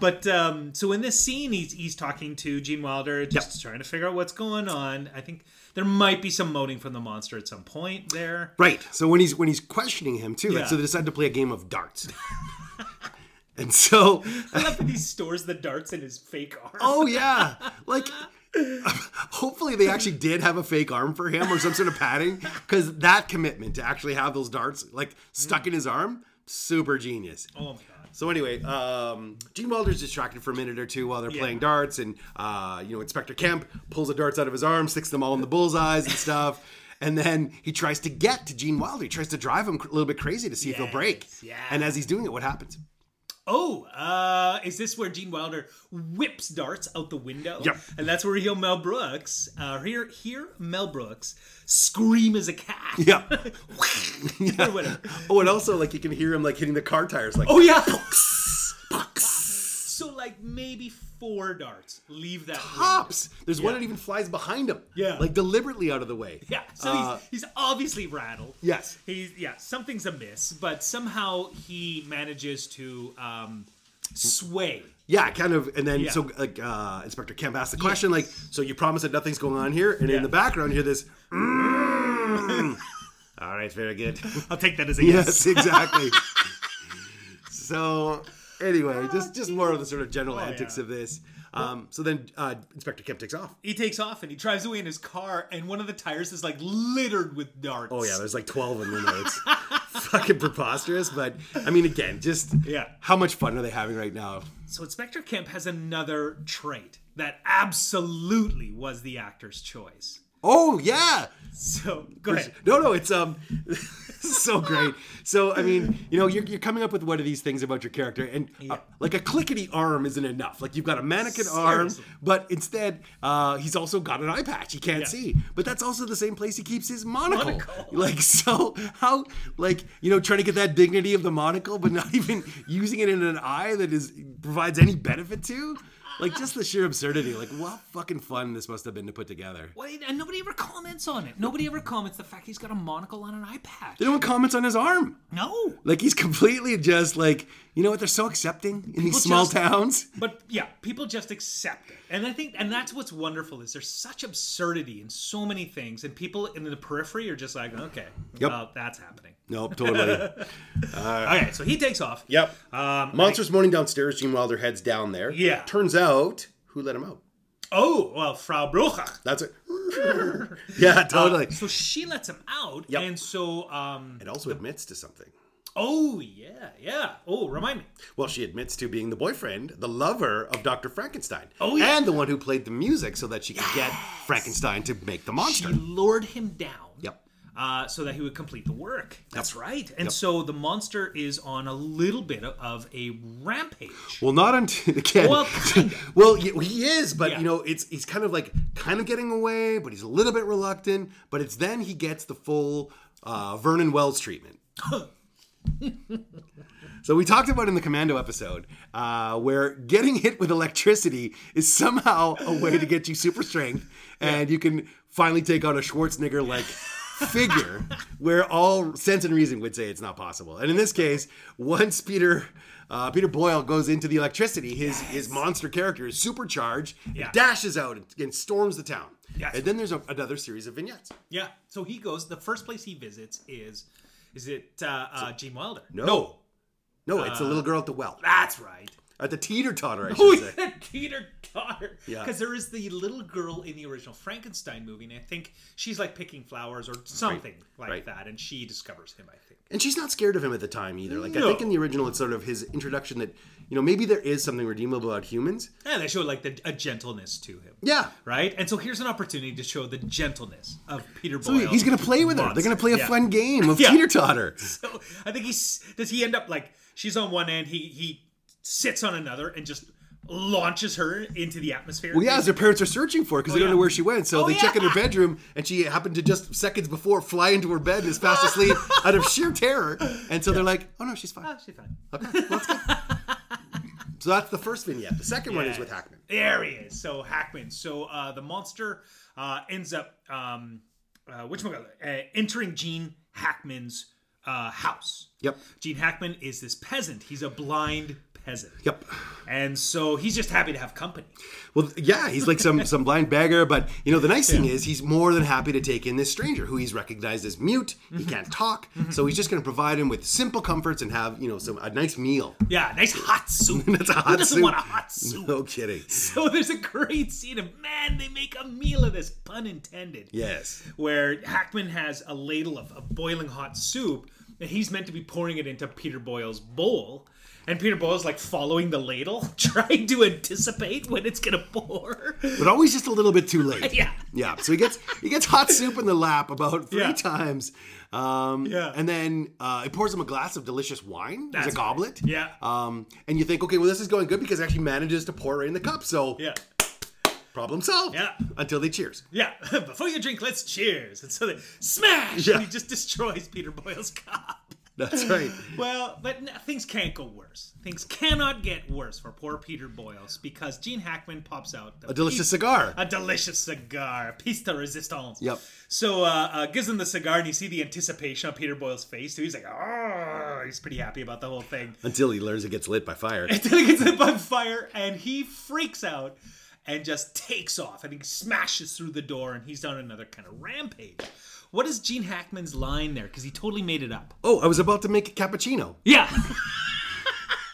Speaker 2: But um, so in this scene, he's he's talking to Gene Wilder, just trying to figure out what's going on. I think there might be some moaning from the monster at some point there.
Speaker 1: Right. So when he's when he's questioning him too, like,
Speaker 2: Yeah.
Speaker 1: so they decide to play a game of darts. and so,
Speaker 2: I love that he stores the darts in his fake arm.
Speaker 1: oh yeah, like hopefully they actually did have a fake arm for him or some sort of padding because that commitment to actually have those darts like stuck in his arm, super genius.
Speaker 2: Oh my god!
Speaker 1: So anyway, um, Gene Wilder's distracted for a minute or two while they're playing darts, and uh, you know Inspector Kemp pulls the darts out of his arm, sticks them all in the bullseyes and stuff, and then he tries to get to Gene Wilder. He tries to drive him a little bit crazy to see if he'll break.
Speaker 2: Yes, yeah.
Speaker 1: And as he's doing it, what happens?
Speaker 2: oh, uh, is this where Gene Wilder whips darts out the window?
Speaker 1: Yep.
Speaker 2: And that's where he'll Mel Brooks, uh, here, here Mel Brooks scream as a cat.
Speaker 1: Yeah.
Speaker 2: or whatever.
Speaker 1: Oh, and also like you can hear him like hitting the car tires, like
Speaker 2: Oh, yeah.
Speaker 1: pops.
Speaker 2: so, like, maybe four darts leave that window.
Speaker 1: pops. There's one that even flies behind him.
Speaker 2: Yeah.
Speaker 1: like deliberately out of the way.
Speaker 2: Yeah, so
Speaker 1: Uh,
Speaker 2: he's, he's obviously rattled.
Speaker 1: yes.
Speaker 2: He's yeah, something's amiss, but somehow he manages to um, sway.
Speaker 1: Yeah, kind of. And then
Speaker 2: Yeah.
Speaker 1: so like uh, Inspector Kemp asked the question, like, so you promise that nothing's going on here, and
Speaker 2: Yeah.
Speaker 1: in the background you hear this. "Mm." All right, very good.
Speaker 2: I'll take that as a
Speaker 1: yes, exactly. so anyway, just just more of the sort of general antics
Speaker 2: yeah.
Speaker 1: of this. Um, so then uh, Inspector Kemp takes off.
Speaker 2: He takes off and he drives away in his car, and one of the tires is like littered with darts.
Speaker 1: Oh yeah, there's like twelve in the notes. Fucking preposterous, but I mean, again, just
Speaker 2: Yeah.
Speaker 1: How much fun are they having right now?
Speaker 2: So Inspector Kemp has another trait that absolutely was the actor's choice.
Speaker 1: Oh yeah,
Speaker 2: So go ahead.
Speaker 1: no, no, it's um, so great. So I mean, you know, you're, you're coming up with one of these things about your character, and uh, like a clickety arm isn't enough. Like you've got a mannequin arm,
Speaker 2: Seriously.
Speaker 1: but instead, uh, he's also got an eye patch. He can't
Speaker 2: Yeah.
Speaker 1: see, but that's also the same place he keeps his monocle.
Speaker 2: Monocle.
Speaker 1: Like so, how like you know, trying to get that dignity of the monocle, but not even using it in an eye that is provides any benefit to. Like just the sheer absurdity. Like what fucking fun this must have been to put together.
Speaker 2: Wait, and nobody ever comments on it. Nobody ever comments the fact he's got a monocle on an eye patch.
Speaker 1: No one comments on his arm.
Speaker 2: No.
Speaker 1: Like he's completely just like you know what they're so accepting in these
Speaker 2: People
Speaker 1: small
Speaker 2: just-
Speaker 1: towns.
Speaker 2: But yeah, people just accept it. And I think and that's what's wonderful is there's such absurdity in so many things and people in the periphery are just like, okay,
Speaker 1: Yep.
Speaker 2: well, that's happening.
Speaker 1: Nope, totally.
Speaker 2: okay, so he takes off.
Speaker 1: yep.
Speaker 2: Um
Speaker 1: Monsters moaning downstairs. Gene Wilder heads down there.
Speaker 2: Yeah.
Speaker 1: Turns out who let him out?
Speaker 2: oh, well, Frau Brucher.
Speaker 1: That's it. yeah, totally.
Speaker 2: So she lets him out
Speaker 1: Yep.
Speaker 2: and so um
Speaker 1: it also admits to something.
Speaker 2: oh yeah, yeah. Oh, remind me.
Speaker 1: Well, she admits to being the boyfriend, the lover of Dr. Frankenstein.
Speaker 2: Oh, yeah.
Speaker 1: And the one who played the music so that she could get Frankenstein to make the monster.
Speaker 2: She lured him down.
Speaker 1: Yep.
Speaker 2: Uh, so that he would complete the work. That's right. And so the monster is on a little bit of- of a rampage.
Speaker 1: Well, not until again.
Speaker 2: Well, kind of.
Speaker 1: well, y- he is, but
Speaker 2: Yeah.
Speaker 1: you know, it's he's kind of like kind of getting away, but he's a little bit reluctant. But it's then he gets the full uh, Vernon Wells treatment. So we talked about in the Commando episode uh, where getting hit with electricity is somehow a way to get you super strength, and you can finally take on a Schwarzenegger like figure, where all sense and reason would say it's not possible. And in this case, once Peter uh, Peter Boyle goes into the electricity, his his monster character is supercharged,
Speaker 2: Yeah.
Speaker 1: dashes out and, and storms the town.
Speaker 2: Yes.
Speaker 1: And then there's a, another series of vignettes.
Speaker 2: Yeah. So he goes. The first place he visits is, is it uh, uh, Gene Wilder?
Speaker 1: No, no, it's the little girl at the well,
Speaker 2: That's right.
Speaker 1: at the teeter totter. I should
Speaker 2: Uh, Oh,
Speaker 1: say.
Speaker 2: yeah, Teeter Totter.
Speaker 1: Yeah.
Speaker 2: Because there is the little girl in the original Frankenstein movie, and I think she's like picking flowers or something like
Speaker 1: Right.
Speaker 2: that, and she discovers him. I think.
Speaker 1: And she's not scared of him at the time either. Like I
Speaker 2: No.
Speaker 1: think in the original, it's sort of his introduction that you know maybe there is something redeemable about humans.
Speaker 2: Yeah, they show like the, a gentleness to him.
Speaker 1: Yeah,
Speaker 2: Right. And so here's an opportunity to show the gentleness of Peter Boyle.
Speaker 1: Dude, he's gonna play with her. They're gonna play a
Speaker 2: Yeah.
Speaker 1: fun game of
Speaker 2: Yeah.
Speaker 1: teeter totter.
Speaker 2: So I think he's does he end up like she's on one end, he he sits on another and just launches her into the atmosphere.
Speaker 1: Well, yeah, as her parents are searching for her because they don't
Speaker 2: yeah.
Speaker 1: know where she went, so
Speaker 2: Oh,
Speaker 1: they check in her
Speaker 2: yeah.
Speaker 1: bedroom, and she happened to just seconds before fly into her bed and is fast asleep out of sheer terror. And so they're like, "Oh no, she's fine."
Speaker 2: Oh, she's fine.
Speaker 1: So that's the first vignette. The second one is with Hackman.
Speaker 2: There he is. So Hackman. So uh, the monster uh, ends up um, uh, which uh, entering Gene Hackman's uh, house.
Speaker 1: Yep.
Speaker 2: Gene Hackman is this peasant. He's a blind peasant.
Speaker 1: Yep.
Speaker 2: And so he's just happy to have company.
Speaker 1: Well, yeah, he's like some some blind beggar, but you know the nice thing is he's more than happy to take in this stranger who he's recognized as mute. He
Speaker 2: Mm-hmm.
Speaker 1: can't talk, so he's just going to provide him with simple comforts and have you know some a nice meal.
Speaker 2: Yeah, nice hot soup.
Speaker 1: That's a
Speaker 2: Who
Speaker 1: hot
Speaker 2: doesn't
Speaker 1: soup.
Speaker 2: want a hot soup?
Speaker 1: No kidding.
Speaker 2: So there's a great scene of man, they make a meal of this, pun intended.
Speaker 1: Yes.
Speaker 2: Where Hackman has a ladle of, of boiling hot soup he's meant to be pouring it into Peter Boyle's bowl, and Peter Boyle's like following the ladle, trying to anticipate when it's gonna pour.
Speaker 1: but always just a little bit too late.
Speaker 2: Yeah.
Speaker 1: yeah. So he gets he gets hot soup in the lap about three
Speaker 2: Yeah.
Speaker 1: times, um,
Speaker 2: Yeah.
Speaker 1: and then uh, it pours him a glass of delicious wine. There's a
Speaker 2: That's right.
Speaker 1: goblet.
Speaker 2: Yeah.
Speaker 1: Um, and you think, okay, well, this is going good because it actually manages to pour it in the cup. So
Speaker 2: Yeah.
Speaker 1: problem solved.
Speaker 2: Yeah.
Speaker 1: Until they cheers.
Speaker 2: Yeah, before you drink, let's cheers. And so they smash,
Speaker 1: Yeah.
Speaker 2: and he just destroys Peter Boyle's cup.
Speaker 1: That's right.
Speaker 2: Well, but n- things can't go worse. Things cannot get worse for poor Peter Boyle's because Gene Hackman pops out
Speaker 1: A delicious cigar.
Speaker 2: a delicious cigar, piece de resistance.
Speaker 1: Yep.
Speaker 2: So uh, uh, gives him the cigar, and you see the anticipation on Peter Boyle's face. So he's like, "Oh!" He's pretty happy about the whole thing.
Speaker 1: Until he learns it gets lit by fire.
Speaker 2: Until he gets hit by fire, and he freaks out and just takes off, and he smashes through the door, and he's on another kind of rampage. What is Gene Hackman's line there? Because he totally made it up.
Speaker 1: Oh, I was about to make a cappuccino.
Speaker 2: Yeah.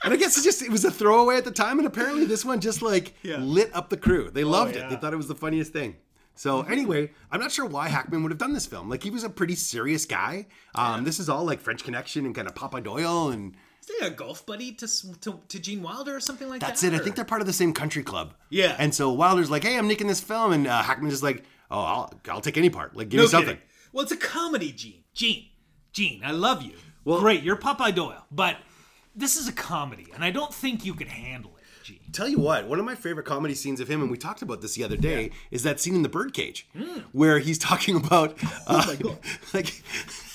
Speaker 1: And I guess it just it was a throwaway at the time, and apparently this one just like
Speaker 2: Yeah. Oh,
Speaker 1: lit up the crew. They loved
Speaker 2: yeah. Mm-hmm.
Speaker 1: it. They thought it was the funniest thing. So anyway, I'm not sure why Hackman would have done this film. Like he was a pretty serious guy. Um, This is all like French Connection and kind of Papa Doyle, and
Speaker 2: is there a golf buddy to, s- to, to Gene Wilder or something like
Speaker 1: that's
Speaker 2: that?
Speaker 1: it. I
Speaker 2: or-
Speaker 1: think they're part of the same country club.
Speaker 2: Yeah.
Speaker 1: And so Wilder's like, "Hey, I'm making this film," and uh, Hackman's just like, "Oh, I'll, I'll take any part. Like, give me
Speaker 2: No
Speaker 1: something."
Speaker 2: kidding. Well, it's a comedy, Gene. Gene, Gene, I love you. Great, you're Popeye Doyle, but this is a comedy, and I don't think you could handle it, Gene.
Speaker 1: Tell you what, one of my favorite comedy scenes of him, and we talked about this the other day, is that scene in the birdcage
Speaker 2: Hmm.
Speaker 1: where he's talking about,
Speaker 2: Oh
Speaker 1: uh, like,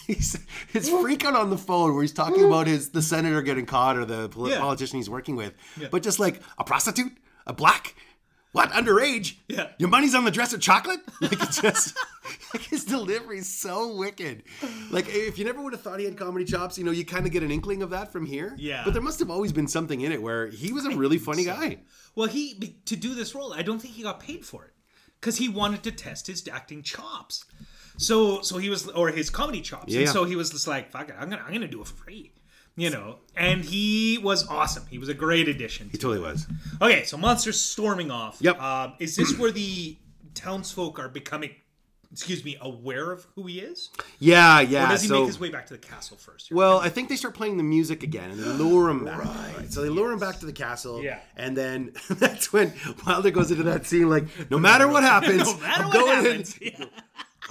Speaker 1: he's his freak out on the phone where he's talking about his the senator getting caught or the poli-
Speaker 2: Yeah.
Speaker 1: politician he's working with, but just like a prostitute, a black, what underage?
Speaker 2: Yeah.
Speaker 1: your money's on the dress of chocolate. Like it's just. Like his delivery's so wicked. Like if you never would have thought he had comedy chops, you know, you kind of get an inkling of that from here.
Speaker 2: Yeah.
Speaker 1: But there must have always been something in it where he was a really funny guy.
Speaker 2: Well, he be- to do this role, I don't think he got paid for it because he wanted to test his acting chops. So, so he was, or his comedy chops. And
Speaker 1: Yeah.
Speaker 2: so he was just like, "Fuck it, I'm gonna, I'm gonna do it for free," you know. And he was awesome. He was a great addition.
Speaker 1: He totally was.
Speaker 2: Okay, so monsters storming off.
Speaker 1: Yep.
Speaker 2: Um, is this where the townsfolk are becoming, excuse me, aware of who he is?
Speaker 1: Yeah, yeah.
Speaker 2: Does he
Speaker 1: Uh, so,
Speaker 2: make his way back to the castle first?
Speaker 1: well, I think they start playing the music again and they lure him back. Right. So they lure him back to the castle.
Speaker 2: Yeah.
Speaker 1: And then that's when Wilder goes into that scene like, no matter what happens,
Speaker 2: no matter
Speaker 1: I'm
Speaker 2: what
Speaker 1: going
Speaker 2: happens.
Speaker 1: in.
Speaker 2: Yeah.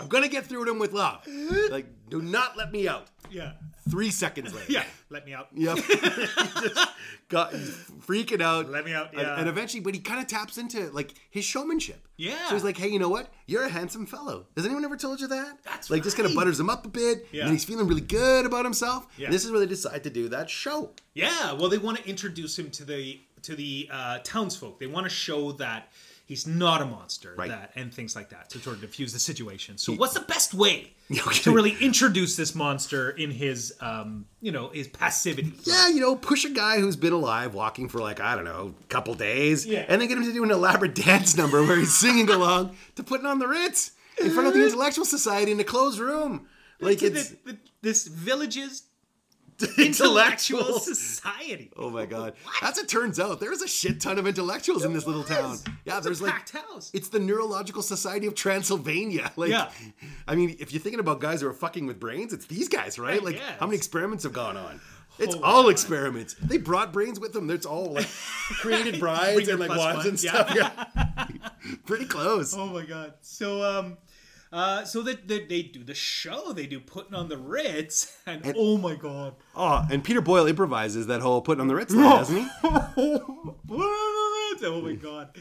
Speaker 1: I'm gonna get through to him with love. Like, do not let me out.
Speaker 2: yeah.
Speaker 1: Three seconds later.
Speaker 2: Yeah. Let me out.
Speaker 1: Yep. He just got he's freaking out.
Speaker 2: Let me out,
Speaker 1: And-
Speaker 2: yeah.
Speaker 1: And, eventually, but he kind of taps into like his showmanship.
Speaker 2: Yeah.
Speaker 1: So he's like, hey, you know what? You're a handsome fellow. Has anyone ever told you that?
Speaker 2: That's
Speaker 1: like just kind of
Speaker 2: right.
Speaker 1: butters him up a bit.
Speaker 2: Yeah.
Speaker 1: And then he's feeling really good about himself.
Speaker 2: Yeah.
Speaker 1: And this is where they decide to do that show.
Speaker 2: Yeah. Well, they want to introduce him to the to the uh, townsfolk. They want to show that he's not a monster,
Speaker 1: Right.
Speaker 2: that and things like that to sort of diffuse the situation. So, what's the best way
Speaker 1: Okay.
Speaker 2: to really introduce this monster in his, um, you know, his passivity?
Speaker 1: Yeah, you know, push a guy who's been alive walking for like, I don't know, a couple days.
Speaker 2: Yeah.
Speaker 1: And then get him to do an elaborate dance number where he's singing along to putting on the Ritz in front of the intellectual society in a closed room. Like
Speaker 2: To
Speaker 1: it's
Speaker 2: the, the, this village's intellectual
Speaker 1: intellectual
Speaker 2: society.
Speaker 1: Oh my god. As it turns out, there's a shit ton of intellectuals in this little town.
Speaker 2: was.
Speaker 1: Yeah, there's like
Speaker 2: packed house.
Speaker 1: it's the Neurological Society of Transylvania. Like
Speaker 2: Yeah.
Speaker 1: I mean, if you're thinking about guys who are fucking with brains, it's these guys, right?
Speaker 2: I
Speaker 1: Like
Speaker 2: guess.
Speaker 1: how many experiments have gone on? It's
Speaker 2: Oh my
Speaker 1: all
Speaker 2: God.
Speaker 1: experiments. They brought brains with them. It's all like created brides
Speaker 2: Bring
Speaker 1: and
Speaker 2: your
Speaker 1: like
Speaker 2: plus
Speaker 1: wives
Speaker 2: one,
Speaker 1: and stuff. Yeah. Pretty close.
Speaker 2: Oh my god. So um uh so that they, they do the show, they do putting on the Ritz and, oh my god.
Speaker 1: Oh, and Peter Boyle improvises that whole putting on the Ritz, thing, doesn't he?
Speaker 2: oh my god.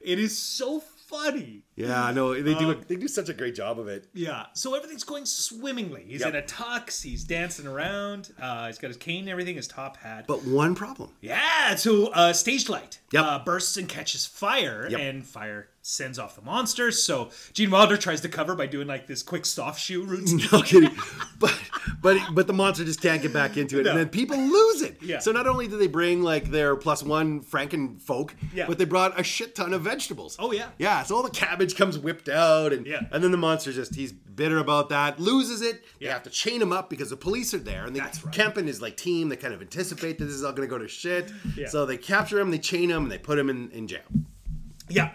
Speaker 2: It is so funny.
Speaker 1: Yeah, no, they
Speaker 2: Uh.
Speaker 1: do. A, they do such a great job of it.
Speaker 2: Yeah. So everything's going swimmingly. He's
Speaker 1: Yep.
Speaker 2: in a tux, he's dancing around, uh he's got his cane and everything, his top hat.
Speaker 1: But one problem.
Speaker 2: yeah, so uh stage light
Speaker 1: Yep.
Speaker 2: uh bursts and catches fire
Speaker 1: Yep.
Speaker 2: and fire sends off the monsters. So Gene Wilder tries to cover by doing like this quick soft shoe routine.
Speaker 1: No kidding. But but but the monster just can't get back into it, and then people lose it.
Speaker 2: Yeah.
Speaker 1: So not only did they bring like their plus one Franken folk,
Speaker 2: Yeah.
Speaker 1: but they brought a shit ton of vegetables.
Speaker 2: Oh, yeah.
Speaker 1: Yeah. So all the cabbage comes whipped out, and
Speaker 2: Yeah.
Speaker 1: and then the monster just he's bitter about that, loses it. They
Speaker 2: Yeah.
Speaker 1: have to chain him up because the police are there, and they
Speaker 2: That's right.
Speaker 1: Kemp and his like team. They kind of anticipate that this is all going to go to shit.
Speaker 2: Yeah.
Speaker 1: So they capture him, they chain him, and they put him in in jail.
Speaker 2: Yeah.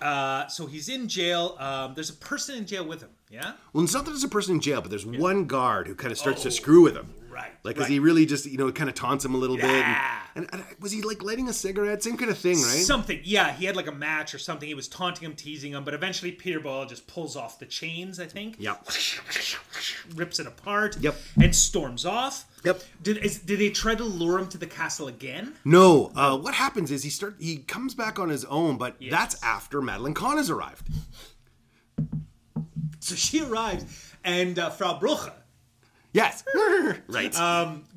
Speaker 2: Uh, so he's in jail. Um, there's a person in jail with him. Yeah.
Speaker 1: Well, it's not that there's a person in jail, but there's one guard who kind of starts to screw with him.
Speaker 2: Oh, Right.
Speaker 1: Like,
Speaker 2: right.
Speaker 1: because he really just, you know, kind of taunts him a little
Speaker 2: Yeah.
Speaker 1: bit. And, and, and was he like lighting a cigarette? Same kind of thing, right?
Speaker 2: Something, yeah, he had like a match or something. He was taunting him, teasing him, but eventually Peter Boyle just pulls off the chains, I think.
Speaker 1: Yep.
Speaker 2: Rips it apart.
Speaker 1: Yep.
Speaker 2: And storms off.
Speaker 1: Yep.
Speaker 2: Did is, did they try to lure him to the castle again?
Speaker 1: no, uh, what happens is he start he comes back on his own, but that's after Madeline Kahn has arrived.
Speaker 2: So she arrives, and uh, Frau Bruche
Speaker 1: Yes, right.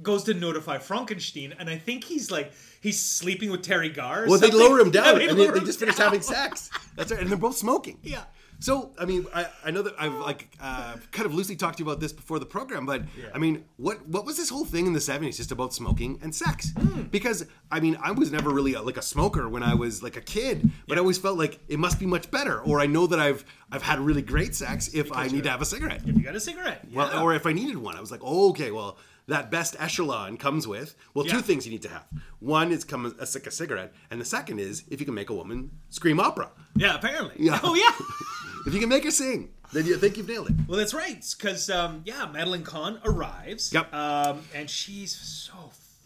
Speaker 2: goes to notify Frankenstein, and I think he's like he's sleeping with Terry Gar. or
Speaker 1: well, they
Speaker 2: something.
Speaker 1: lower him
Speaker 2: Yeah,
Speaker 1: down, and they,
Speaker 2: lower
Speaker 1: they
Speaker 2: him
Speaker 1: just finish
Speaker 2: down.
Speaker 1: having sex. That's right, and they're both smoking.
Speaker 2: Yeah.
Speaker 1: So, I mean, I, I know that I've like uh, kind of loosely talked to you about this before the program, but I mean, what what was this whole thing in the seventies just about smoking and sex? Because I mean, I was never really a, like a smoker when I was like a kid, but I always felt like it must be much better, or I know that I've I've had really great sex if I need to have a cigarette,
Speaker 2: You got a cigarette?
Speaker 1: well, uh,
Speaker 2: yeah.
Speaker 1: or if I needed one. I was like, oh, okay, well. That best echelon comes with well
Speaker 2: Yeah.
Speaker 1: two things you need to have. One is come a, a cigarette, and the second is if you can make a woman scream opera.
Speaker 2: yeah, apparently.
Speaker 1: Yeah.
Speaker 2: Oh yeah.
Speaker 1: If you can make her sing, then you think you've nailed it.
Speaker 2: Well, that's right, because um, yeah, Madeline Kahn arrives.
Speaker 1: Yep.
Speaker 2: Um, and she's so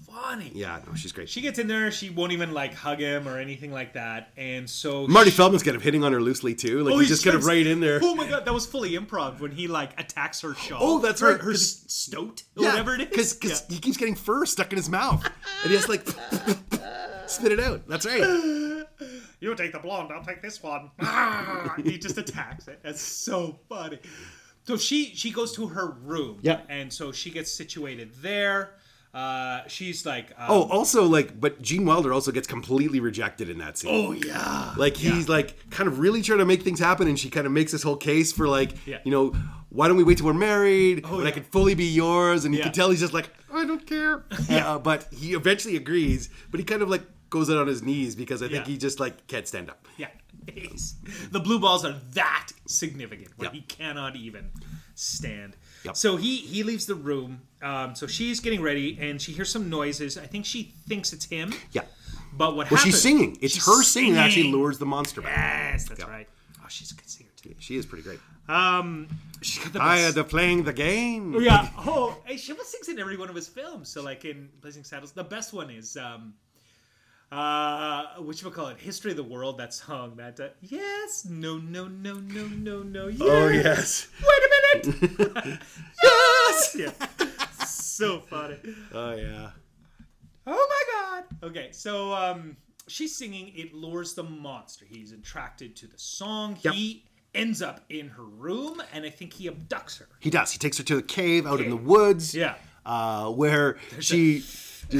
Speaker 2: funny.
Speaker 1: Yeah, no, she's great.
Speaker 2: She gets in there. She won't even like hug him or anything like that. And so
Speaker 1: Marty
Speaker 2: she-
Speaker 1: Feldman's kind of hitting on her loosely too. Like
Speaker 2: Oh,
Speaker 1: he's
Speaker 2: he
Speaker 1: just kind of
Speaker 2: starts-
Speaker 1: right in there.
Speaker 2: Oh my god, that was fully improv when he like attacks her shawl.
Speaker 1: Oh, that's
Speaker 2: her,
Speaker 1: right,
Speaker 2: Her
Speaker 1: 'cause-
Speaker 2: s- stoat, or whatever it is.
Speaker 1: because he keeps getting fur stuck in his mouth, and he has to like spit it out. That's right.
Speaker 2: you take the blonde, I'll take this one. Ah, he just attacks it. That's so funny. So she she goes to her room.
Speaker 1: Yeah.
Speaker 2: And so she gets situated there. Uh, she's like, uh,
Speaker 1: Oh, also like, but Gene Wilder also gets completely rejected in that scene.
Speaker 2: oh yeah.
Speaker 1: Like he's like kind of really trying to make things happen, and she kind of makes this whole case for like,
Speaker 2: Yeah. Oh,
Speaker 1: you know, why don't we wait till we're married? when I
Speaker 2: yeah.
Speaker 1: can fully be yours, and you
Speaker 2: Yeah.
Speaker 1: can tell he's just like, I don't care. Uh, but he eventually agrees, but he kind of like goes out on his knees because I think
Speaker 2: Yeah.
Speaker 1: he just like can't stand up.
Speaker 2: Yeah. He's- the blue balls are that significant where
Speaker 1: Yeah.
Speaker 2: he cannot even stand.
Speaker 1: Yep.
Speaker 2: So he he leaves the room. Um, so she's getting ready and she hears some noises. I think she thinks it's him.
Speaker 1: Yeah.
Speaker 2: But what
Speaker 1: Well,
Speaker 2: happens?
Speaker 1: she's singing. It's
Speaker 2: She's
Speaker 1: her singing that actually
Speaker 2: singing.
Speaker 1: lures the monster back.
Speaker 2: Yes, that's right. Oh, she's a good singer too.
Speaker 1: She is pretty great.
Speaker 2: Um, She's got the
Speaker 1: I had
Speaker 2: best.
Speaker 1: to playing the game.
Speaker 2: yeah. Oh, and she almost sings in every one of his films. So like in Blazing Saddles, the best one is um, uh, which we call it, History of the World. That song. That uh, yes, no, no, no, no, no, no. Yes.
Speaker 1: Oh yes.
Speaker 2: Wait a minute.
Speaker 1: Yes.
Speaker 2: yeah. So funny.
Speaker 1: Oh yeah.
Speaker 2: Oh my god. Okay, so um she's singing it lures the monster. He's attracted to the song.
Speaker 1: Yep.
Speaker 2: He ends up in her room and I think he abducts her.
Speaker 1: He does. He takes her to a cave out in the
Speaker 2: Cave.
Speaker 1: woods.
Speaker 2: Yeah.
Speaker 1: Uh, where she.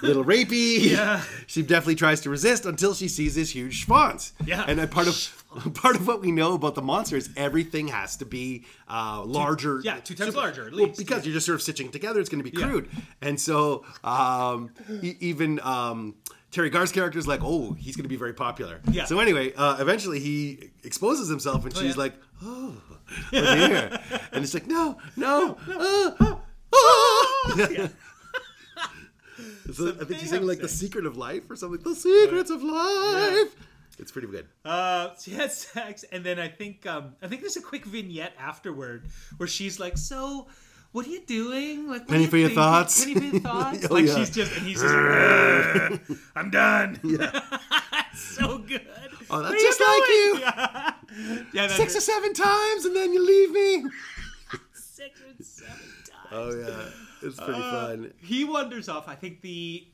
Speaker 1: little rapey.
Speaker 2: Yeah.
Speaker 1: She definitely tries to resist until she sees this huge schwanz.
Speaker 2: Yeah.
Speaker 1: And a part of part of what we know about the monster is everything has to be uh, larger.
Speaker 2: yeah, two times larger, at
Speaker 1: Well,
Speaker 2: least.
Speaker 1: because you're just sort of stitching it together, it's going to be
Speaker 2: Yeah.
Speaker 1: crude. And so um, e- even um, Terry Gar's character is like, oh, he's going to be very popular.
Speaker 2: Yeah.
Speaker 1: So anyway, uh, eventually he exposes himself, and she's
Speaker 2: yeah.
Speaker 1: like, oh, oh dear. and it's like, no, no, uh,
Speaker 2: Oh.
Speaker 1: ah." So I think she's singing like the
Speaker 2: Something.
Speaker 1: secret of life or something. The secrets of life. It's pretty good.
Speaker 2: Uh she has sex and then I think um I think there's a quick vignette afterward where she's like, "So, what are you doing? Like what
Speaker 1: Penny
Speaker 2: are you
Speaker 1: for your
Speaker 2: thinking?
Speaker 1: thoughts."
Speaker 2: Penny for your thoughts?"
Speaker 1: Oh,
Speaker 2: like
Speaker 1: yeah.
Speaker 2: she's just and he's just like, "Ugh, "I'm done." so good.
Speaker 1: Oh,
Speaker 2: Where
Speaker 1: that's
Speaker 2: you
Speaker 1: just like
Speaker 2: going?
Speaker 1: you.
Speaker 2: Yeah, that's
Speaker 1: Six
Speaker 2: it.
Speaker 1: or seven times, and then you leave me.
Speaker 2: six or seven times.
Speaker 1: Oh yeah, it's pretty
Speaker 2: Uh,
Speaker 1: fun.
Speaker 2: he wanders off. I think the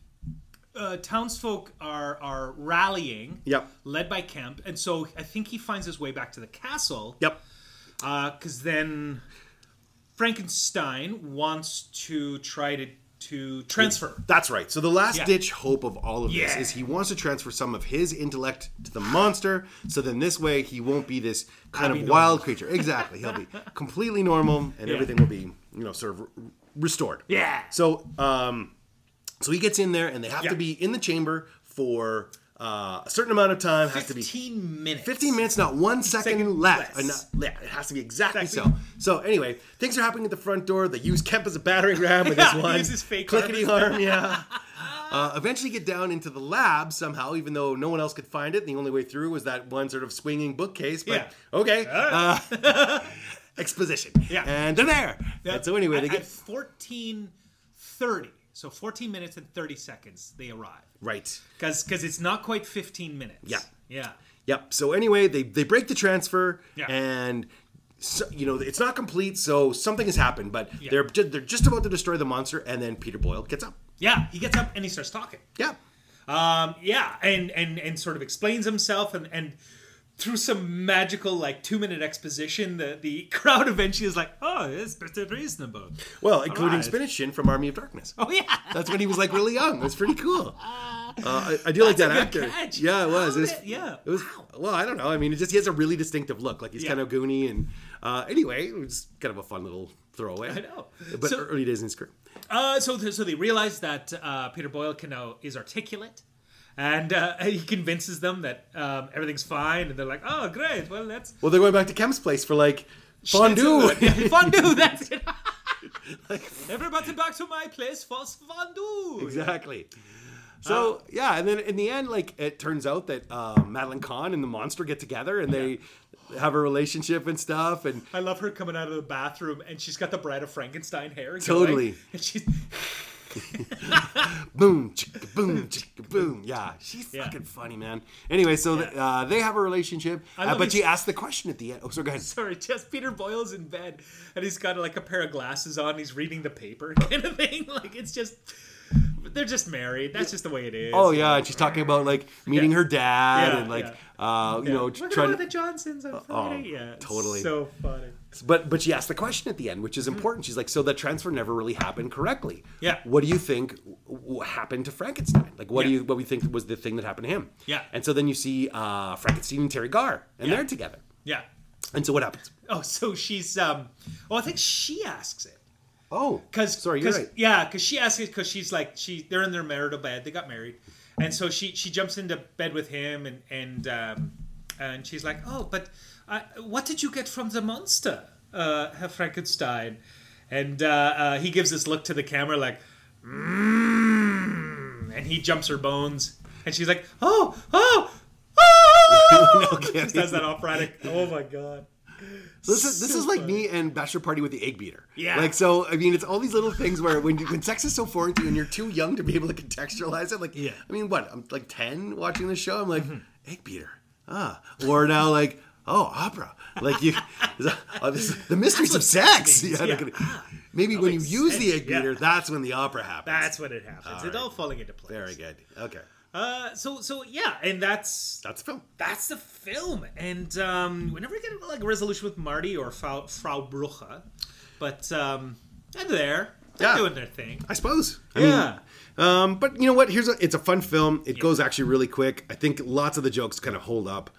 Speaker 2: uh, townsfolk are are rallying.
Speaker 1: Yep.
Speaker 2: Led by Kemp, and so I think he finds his way back to the castle.
Speaker 1: Yep.
Speaker 2: Because Uh, then Frankenstein wants to try to to transfer.
Speaker 1: That's right. So the last
Speaker 2: Yeah.
Speaker 1: ditch hope of all of this
Speaker 2: Yeah.
Speaker 1: is he wants to transfer some of his intellect to the monster. So then this way he won't be this kind of
Speaker 2: be
Speaker 1: wild creature. Exactly. He'll be completely normal and everything will be, you know, sort of re- restored.
Speaker 2: Yeah.
Speaker 1: So um so he gets in there and they have
Speaker 2: Yeah.
Speaker 1: to be in the chamber for uh, a certain amount of time has to be
Speaker 2: Fifteen minutes.
Speaker 1: 15 minutes, not one second left.
Speaker 2: less.
Speaker 1: Uh, not- yeah, it has to be exactly,
Speaker 2: Exactly.
Speaker 1: so. So anyway, things are happening at the front door. They use Kemp as a battering ram with this
Speaker 2: Yeah, he
Speaker 1: one
Speaker 2: uses fake
Speaker 1: clickety arm. Yeah. Uh, eventually, get down into the lab somehow, even though no one else could find it. The only way through was that one sort of swinging bookcase. But
Speaker 2: Yeah.
Speaker 1: okay, uh, exposition.
Speaker 2: Yeah.
Speaker 1: and they're there.
Speaker 2: That-
Speaker 1: And so anyway, they
Speaker 2: at,
Speaker 1: get
Speaker 2: at fourteen 30. So 14 minutes and 30 seconds they arrive.
Speaker 1: Right.
Speaker 2: Because it's not quite 15 minutes.
Speaker 1: Yeah.
Speaker 2: Yeah.
Speaker 1: Yep. So anyway, they they break the transfer,
Speaker 2: Yeah.
Speaker 1: and so, you know it's not complete, so something has happened. But they're ju- they're just about to destroy the monster, and then Peter Boyle gets up.
Speaker 2: Yeah. He gets up and he starts talking.
Speaker 1: Yeah.
Speaker 2: Um, yeah, and and and sort of explains himself and and through some magical like two minute exposition, the the crowd eventually is like, oh, it's pretty reasonable.
Speaker 1: Well, including
Speaker 2: right.
Speaker 1: Spinach Shin from Army of Darkness.
Speaker 2: Oh yeah,
Speaker 1: That's when he was like really young. That's pretty cool. Uh, I, I do like
Speaker 2: That's a
Speaker 1: that
Speaker 2: good
Speaker 1: actor.
Speaker 2: catch.
Speaker 1: Yeah, it was.
Speaker 2: How
Speaker 1: It was
Speaker 2: did- yeah.
Speaker 1: It was. Well, I don't know. I mean, it just he has a really distinctive look. Like he's kind of goony, and uh, anyway, it was kind of a fun little throwaway. I
Speaker 2: know.
Speaker 1: But er,
Speaker 2: So-
Speaker 1: early days in his career.
Speaker 2: Uh, so th- so they realize that uh, Peter Boyle can now is articulate, and uh, he convinces them that um, everything's fine, and they're like, oh great, well that's
Speaker 1: Well, they're going back to Kem's place for like fondue.
Speaker 2: that's it. fondue. That's it. Everybody back to my place for fondue.
Speaker 1: exactly. So
Speaker 2: Uh,
Speaker 1: yeah, and then in the end, like it turns out that uh, Madeline Kahn and the monster get together and they have a relationship and stuff. And
Speaker 2: I love her coming out of the bathroom and she's got the Bride of Frankenstein hair. going,
Speaker 1: Totally.
Speaker 2: and she's
Speaker 1: boom, chicka, boom, chicka, boom. Yeah, she's
Speaker 2: Yeah.
Speaker 1: fucking funny, man. Anyway, so th- uh, they have a relationship, uh,
Speaker 2: love
Speaker 1: but
Speaker 2: these-
Speaker 1: she asked the question at the end. Oh, so guys,
Speaker 2: sorry, just Peter Boyle's in bed and he's got like a pair of glasses on. He's reading the paper kind of thing. Like it's just they're just married. That's just the way it is.
Speaker 1: oh yeah, and she's talking about like meeting
Speaker 2: Yeah.
Speaker 1: her dad
Speaker 2: Yeah,
Speaker 1: and like uh, you
Speaker 2: Yeah.
Speaker 1: know
Speaker 2: We're gonna
Speaker 1: trying.
Speaker 2: go to the Johnsons on Friday. yeah, it's
Speaker 1: totally.
Speaker 2: So funny.
Speaker 1: But but she asked the question at the end, which is important. She's like, so that transfer never really happened correctly.
Speaker 2: Mm-hmm. Yeah.
Speaker 1: What do you think w- w- happened to Frankenstein? Like, what do
Speaker 2: Yeah.
Speaker 1: you what we think was the thing that happened to him?
Speaker 2: Yeah.
Speaker 1: And so then you see uh, Frankenstein and Terry Garr, and they're together.
Speaker 2: Yeah.
Speaker 1: And so what happens?
Speaker 2: Oh, so she's um. Oh, I think she asks it.
Speaker 1: Oh,
Speaker 2: Cause,
Speaker 1: sorry, you're
Speaker 2: 'cause-
Speaker 1: right.
Speaker 2: Yeah, because she asks it because she's like she they're in their marital bed. They got married, and so she she jumps into bed with him and and um, and she's like, oh, but uh, what did you get from the monster, uh, Herr Frankenstein? And uh, uh, he gives this look to the camera like, mmm, and he jumps her bones, and she's like, oh, oh. Oh! Just does that operatic. Oh my god!
Speaker 1: So this is this is like
Speaker 2: Super.
Speaker 1: me and bachelor party with the egg beater.
Speaker 2: Yeah.
Speaker 1: Like so, I mean, it's all these little things where when you, when sex is so foreign to you and you're too young to be able to contextualize it. Like,
Speaker 2: Yeah.
Speaker 1: I
Speaker 2: Mm-hmm.
Speaker 1: mean, what? I'm like ten watching this show. I'm like egg beater. Ah. Or now like oh opera. Like you, oh, this- the mysteries of sex.
Speaker 2: means,
Speaker 1: Yeah,
Speaker 2: yeah.
Speaker 1: like- Maybe when you
Speaker 2: makes
Speaker 1: use the
Speaker 2: sense,
Speaker 1: egg
Speaker 2: yeah.
Speaker 1: beater, that's when the opera happens.
Speaker 2: That's when it happens. It's all falling into place.
Speaker 1: very good. Okay,
Speaker 2: Uh, so so yeah, and that's
Speaker 1: that's the film.
Speaker 2: that's the film, and um, we never get like a resolution with Marty or Frau, Frau Bruche, but um, they're there, they're
Speaker 1: Yeah.
Speaker 2: doing their thing.
Speaker 1: I suppose. I
Speaker 2: Yeah.
Speaker 1: Mean, um, but you know what? Here's a. It's a fun film. It goes actually really quick. I think lots of the jokes kind of hold up.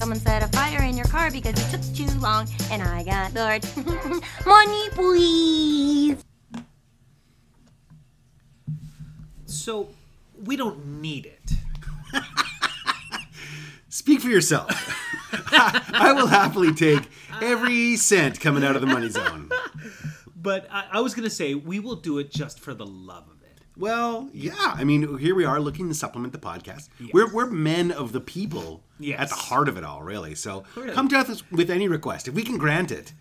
Speaker 3: Someone set a fire in your car because it took too long and I got bored. Money, please!
Speaker 2: So we don't need it.
Speaker 1: Speak for yourself. I will happily take every cent coming out of the money zone.
Speaker 2: But I, I was gonna say we will do it just for the love of it.
Speaker 1: Well, yeah. I mean, here we are looking to supplement the podcast. We're, we're men of the people
Speaker 2: Yes.
Speaker 1: at the heart of it all, really. So
Speaker 2: Really.
Speaker 1: come to us with any request. If we can grant it,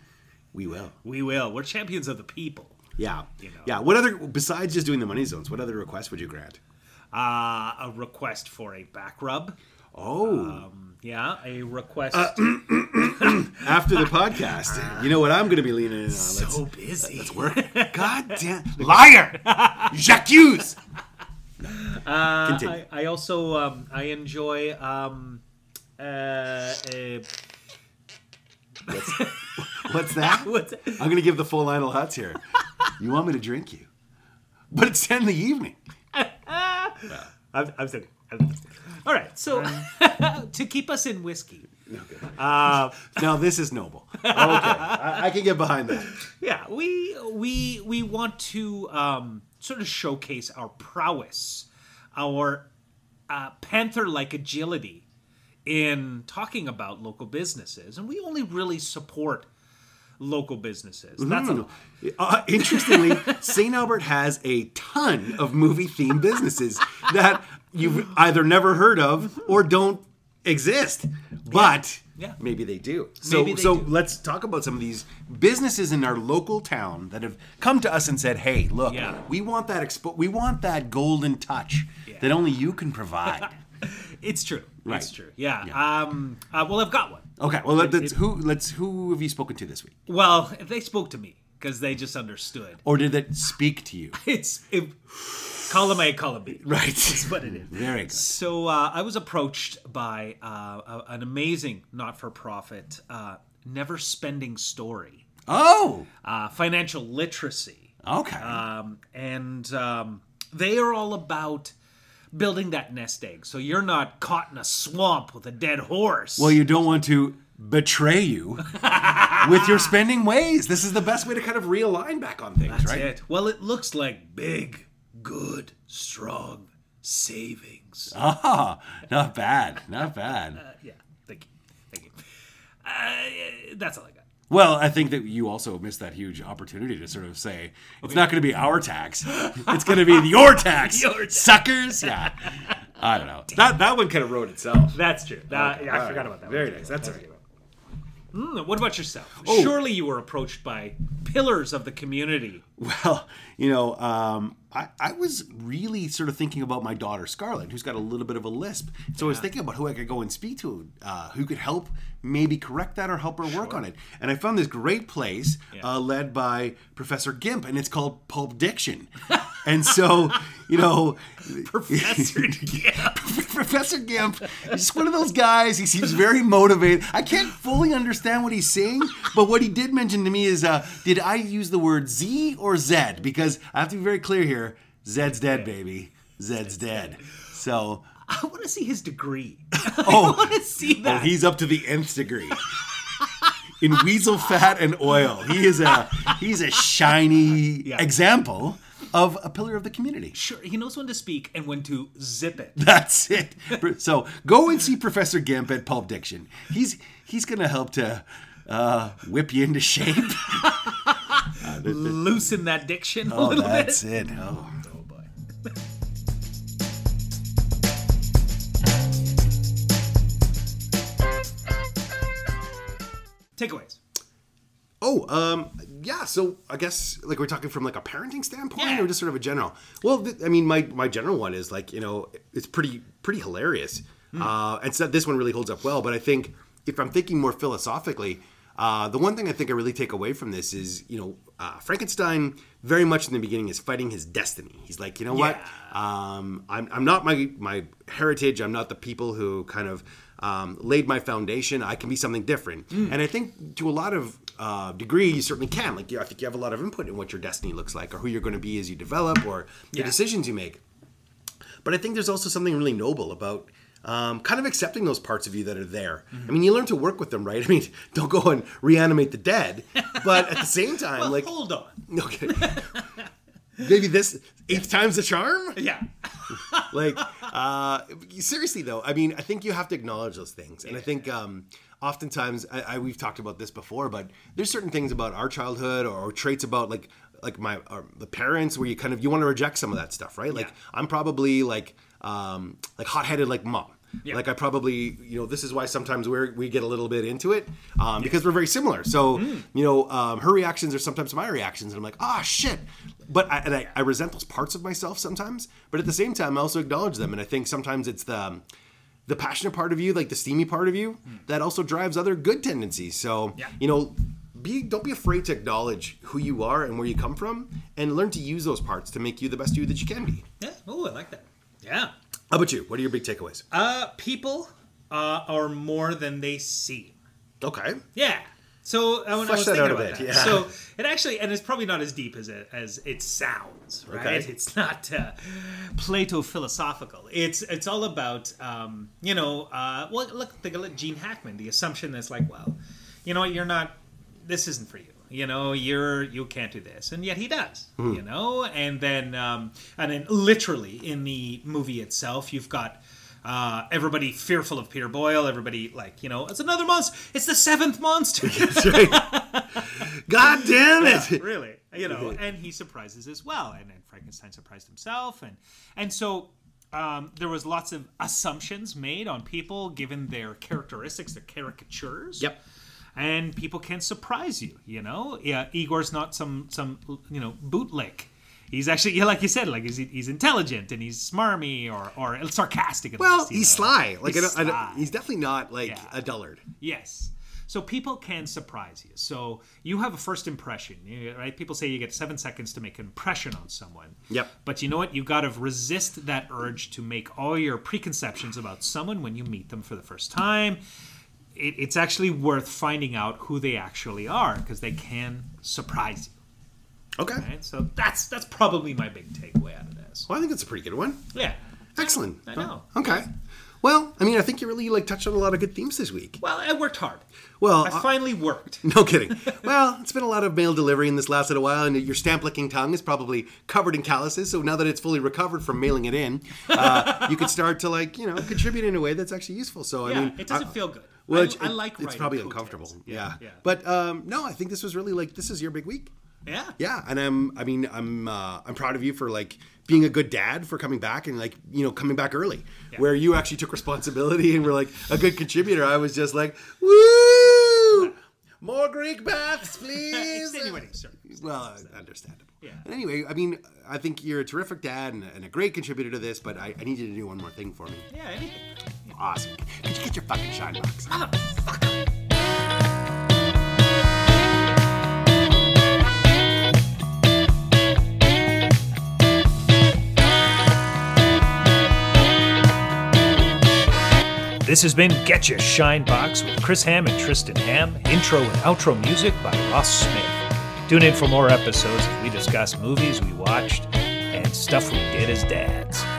Speaker 1: we will.
Speaker 2: We will. We're champions of the people.
Speaker 1: Yeah.
Speaker 2: know.
Speaker 1: Yeah. What other, besides just doing the money zones, what other requests would you grant?
Speaker 2: Uh, a request for a back rub.
Speaker 1: Oh,
Speaker 2: Um, Yeah, a request.
Speaker 1: after the podcast. You know what I'm going to be leaning in on? Let's
Speaker 2: so busy. That's
Speaker 1: work. God damn. Liar! J'accuse! No. Continue.
Speaker 2: I, I also um, I enjoy um, uh, uh,
Speaker 1: What's that?
Speaker 2: what's
Speaker 1: I'm gonna give the full Lionel Hutz here. You want me to drink you? But it's 10 in the evening.
Speaker 2: I'm, I'm sorry. I'm sorry. All right, so
Speaker 1: Um,
Speaker 2: to keep us in whiskey,
Speaker 1: Uh, Now this is noble. Okay, I, I can get behind that.
Speaker 2: yeah, we we we want to um, sort of showcase our prowess, our uh, panther-like agility in talking about local businesses, and we only really support local
Speaker 1: Mm-hmm.
Speaker 2: businesses. That's a,
Speaker 1: Uh, interestingly, St. Albert has a ton of movie-themed businesses that you've either never heard of or don't exist. But
Speaker 2: Yeah.
Speaker 1: Maybe they do. So
Speaker 2: Maybe they
Speaker 1: so
Speaker 2: do.
Speaker 1: let's talk about some of these businesses in our local town that have come to us and said, "Hey, look,
Speaker 2: Yeah.
Speaker 1: we want that expo- we want that golden touch
Speaker 2: Yeah.
Speaker 1: that only you can provide."
Speaker 2: It's true.
Speaker 1: Right.
Speaker 2: It's true. Yeah.
Speaker 1: Yeah.
Speaker 2: Um. Uh, well, I've got one.
Speaker 1: okay, well let, us who let's who have you spoken to this week?
Speaker 2: Well, they spoke to me because they just understood.
Speaker 1: Or did it speak to you?
Speaker 2: It's it, column A, column B.
Speaker 1: Right.
Speaker 2: But it is.
Speaker 1: Very good.
Speaker 2: So uh, I was approached by uh, a- an amazing not-for-profit, uh, never spending story,
Speaker 1: Oh,
Speaker 2: uh, financial literacy,
Speaker 1: okay.
Speaker 2: um, and um, they are all about building that nest egg. So you're not caught in a swamp with a dead horse.
Speaker 1: well, you don't want to betray you with your spending ways. This is the best way to kind of realign back on things, right?
Speaker 2: That's it. Well, it looks like big, good, strong savings. Uh,
Speaker 1: Ah, not bad, not bad.
Speaker 2: yeah. Thank you. Thank you. Uh, that's all I got.
Speaker 1: Well, I think that you also missed that huge opportunity to sort of say it's not going to be our tax; it's going to be your tax,
Speaker 2: Your tax.
Speaker 1: suckers. Yeah, I don't know. That that one kind of wrote itself.
Speaker 2: That's true. Uh, yeah, I
Speaker 1: All right.
Speaker 2: forgot about that.
Speaker 1: Very
Speaker 2: one.
Speaker 1: nice. That's all right.
Speaker 2: Mm, what about yourself?
Speaker 1: Oh.
Speaker 2: Surely you were approached by pillars of the community.
Speaker 1: Well, you know, um, I, I was really sort of thinking about my daughter Scarlett, who's got a little bit of a lisp. So I was thinking about who I could go and speak to, uh, who could help maybe correct that or help her work on it. And I found this great place uh, led by Professor Gimp, and it's called Pulp Diction. and so, you know,
Speaker 2: Professor Gimp.
Speaker 1: Professor Gimp is just one of those guys. He seems very motivated. I can't fully understand what he's saying, but what he did mention to me is uh, did I use the word Z or Z? Because I have to be very clear here Zed's dead, baby. Zed's dead. So,
Speaker 2: I want to see his degree. I
Speaker 1: oh,
Speaker 2: want to see
Speaker 1: oh,
Speaker 2: that.
Speaker 1: he's up to the nth degree. In weasel fat and oil, he is a he's a shiny example of a pillar of the community.
Speaker 2: sure, he knows when to speak and when to zip it.
Speaker 1: That's it. So go and see Professor Gimp at Pulp Diction. He's he's gonna help to uh, whip you into shape.
Speaker 2: Loosen that diction a
Speaker 1: Oh,
Speaker 2: little bit.
Speaker 1: that's it. Oh.
Speaker 2: Oh, boy. Takeaways.
Speaker 1: Oh, um, yeah. So I guess like we're talking from like a parenting standpoint,
Speaker 2: Yeah.
Speaker 1: or just sort of a general. Well, th- I mean, my my general one is like you know it's pretty pretty hilarious,
Speaker 2: Hmm.
Speaker 1: uh, and so this one really holds up well. But I think if I'm thinking more philosophically, uh, the one thing I think I really take away from this is you know uh, Frankenstein very much in the beginning is fighting his destiny. He's like you know what.
Speaker 2: Yeah.
Speaker 1: Um, I'm, I'm not my my heritage. I'm not the people who kind of um, laid my foundation. I can be something different.
Speaker 2: Hmm.
Speaker 1: And I think to a lot of uh, degree, you certainly can. Like you, I think you have a lot of input in what your destiny looks like, or who you're going to be as you develop, or the
Speaker 2: Yeah.
Speaker 1: decisions you make. But I think there's also something really noble about um, kind of accepting those parts of you that are there.
Speaker 2: Mm-hmm.
Speaker 1: I mean, you learn to work with them, right? I mean, don't go and reanimate the dead, but at the same time, like,
Speaker 2: Hold on.
Speaker 1: okay, maybe this eighth time's the charm
Speaker 2: Yeah.
Speaker 1: like uh seriously though i mean i think you have to acknowledge those things and i think um oftentimes I, I we've talked about this before but there's certain things about our childhood or, traits about like like my or the parents where you kind of you want to reject some of that stuff right like
Speaker 2: Yeah.
Speaker 1: i'm probably like um like hot-headed like mom
Speaker 2: Yeah.
Speaker 1: Like I probably, you know, this is why sometimes we are we get a little bit into it um, because we're very similar. So
Speaker 2: Hmm.
Speaker 1: you know, um, her reactions are sometimes my reactions, and I'm like, ah, shit. But I, and I, I resent those parts of myself sometimes, but at the same time, I also acknowledge them, and I think sometimes it's the um, the passionate part of you, like the steamy part of you, that also drives other good tendencies. So
Speaker 2: Hmm. Yeah.
Speaker 1: you know, be don't be afraid to acknowledge who you are and where you come from, and learn to use those parts to make you the best you that you can be.
Speaker 2: Yeah. Oh, I like that. Yeah.
Speaker 1: How about you? What are your big takeaways?
Speaker 2: Uh, people uh, are more than they seem.
Speaker 1: okay.
Speaker 2: Yeah. So I, when
Speaker 1: Flesh
Speaker 2: I
Speaker 1: that
Speaker 2: was thinking
Speaker 1: out a
Speaker 2: about
Speaker 1: bit,
Speaker 2: that.
Speaker 1: yeah.
Speaker 2: So it actually, and it's probably not as deep as it as it sounds, right?
Speaker 1: Okay.
Speaker 2: It's not uh, Plato philosophical. It's it's all about um, you know, uh, well, look, think of Gene Hackman. The assumption that's like, well, you know, what, you're not. This isn't for you. You know, you're you can't do this, and yet he does. You know, and then um, and then literally in the movie itself, you've got. Uh, everybody fearful of Peter Boyle. Everybody like you know it's another monster. It's the seventh monster.
Speaker 1: God damn it!
Speaker 2: really you know and he surprises as well and then frankenstein surprised himself and and so um, there was lots of assumptions made on people given their characteristics, their caricatures.
Speaker 1: Yep.
Speaker 2: And people can surprise you, you know. Yeah, Igor's not some some you know bootlick. He's actually yeah, like you said, like he's, he's intelligent and he's smarmy or or sarcastic. at
Speaker 1: Well,
Speaker 2: least, you
Speaker 1: he's
Speaker 2: know.
Speaker 1: sly. Like
Speaker 2: He's
Speaker 1: I don't- I don't-
Speaker 2: sly.
Speaker 1: he's definitely not like
Speaker 2: Yeah.
Speaker 1: a dullard.
Speaker 2: Yes. So people can surprise you. So you have a first impression, you- right? People say you get seven seconds to make an impression on someone.
Speaker 1: Yep.
Speaker 2: But you know what? You've got to resist that urge to make all your preconceptions about someone when you meet them for the first time. It, it's actually worth finding out who they actually are because they can surprise you.
Speaker 1: Okay.
Speaker 2: Right? So that's that's probably my big takeaway out of this.
Speaker 1: Well, I think that's a pretty good one.
Speaker 2: Yeah.
Speaker 1: Excellent.
Speaker 2: I know.
Speaker 1: Okay. Well, I mean, I think you really like touched on a lot of good themes this week.
Speaker 2: Well, I worked hard.
Speaker 1: Well,
Speaker 2: I
Speaker 1: I-
Speaker 2: finally worked.
Speaker 1: no kidding. well, it's been a lot of mail delivery in this last little while, and your stamp licking tongue is probably covered in calluses. So now that it's fully recovered from mailing it in, uh, you could start to like you know contribute in a way that's actually useful. So I
Speaker 2: Yeah,
Speaker 1: mean,
Speaker 2: it doesn't
Speaker 1: I-
Speaker 2: feel good.
Speaker 1: Well,
Speaker 2: I,
Speaker 1: it-
Speaker 2: I
Speaker 1: it-
Speaker 2: like
Speaker 1: it's
Speaker 2: writing
Speaker 1: probably
Speaker 2: cool
Speaker 1: uncomfortable.
Speaker 2: things.
Speaker 1: Yeah.
Speaker 2: yeah.
Speaker 1: But um, no, I think this was really like this is your big week.
Speaker 2: Yeah.
Speaker 1: Yeah, and I'm I mean I'm uh, I'm proud of you for like being a good dad for coming back and like you know coming back early where you actually took responsibility and were like a good contributor. I was just like woo. More Greek baths, please.
Speaker 2: Extenuating circumstances.
Speaker 1: Well, understandable.
Speaker 2: Yeah.
Speaker 1: And anyway, I mean, I think you're a terrific dad and a, and a great contributor to this, but I, I need you to do one more thing for me.
Speaker 2: Yeah, anything.
Speaker 1: Awesome. Could you get your fucking shine box?
Speaker 2: This has been Get Your Shine Box with Chris Ham and Tristan Ham. Intro and outro music by Ross Smith. Tune in for more episodes as we discuss movies we watched and stuff we did as dads.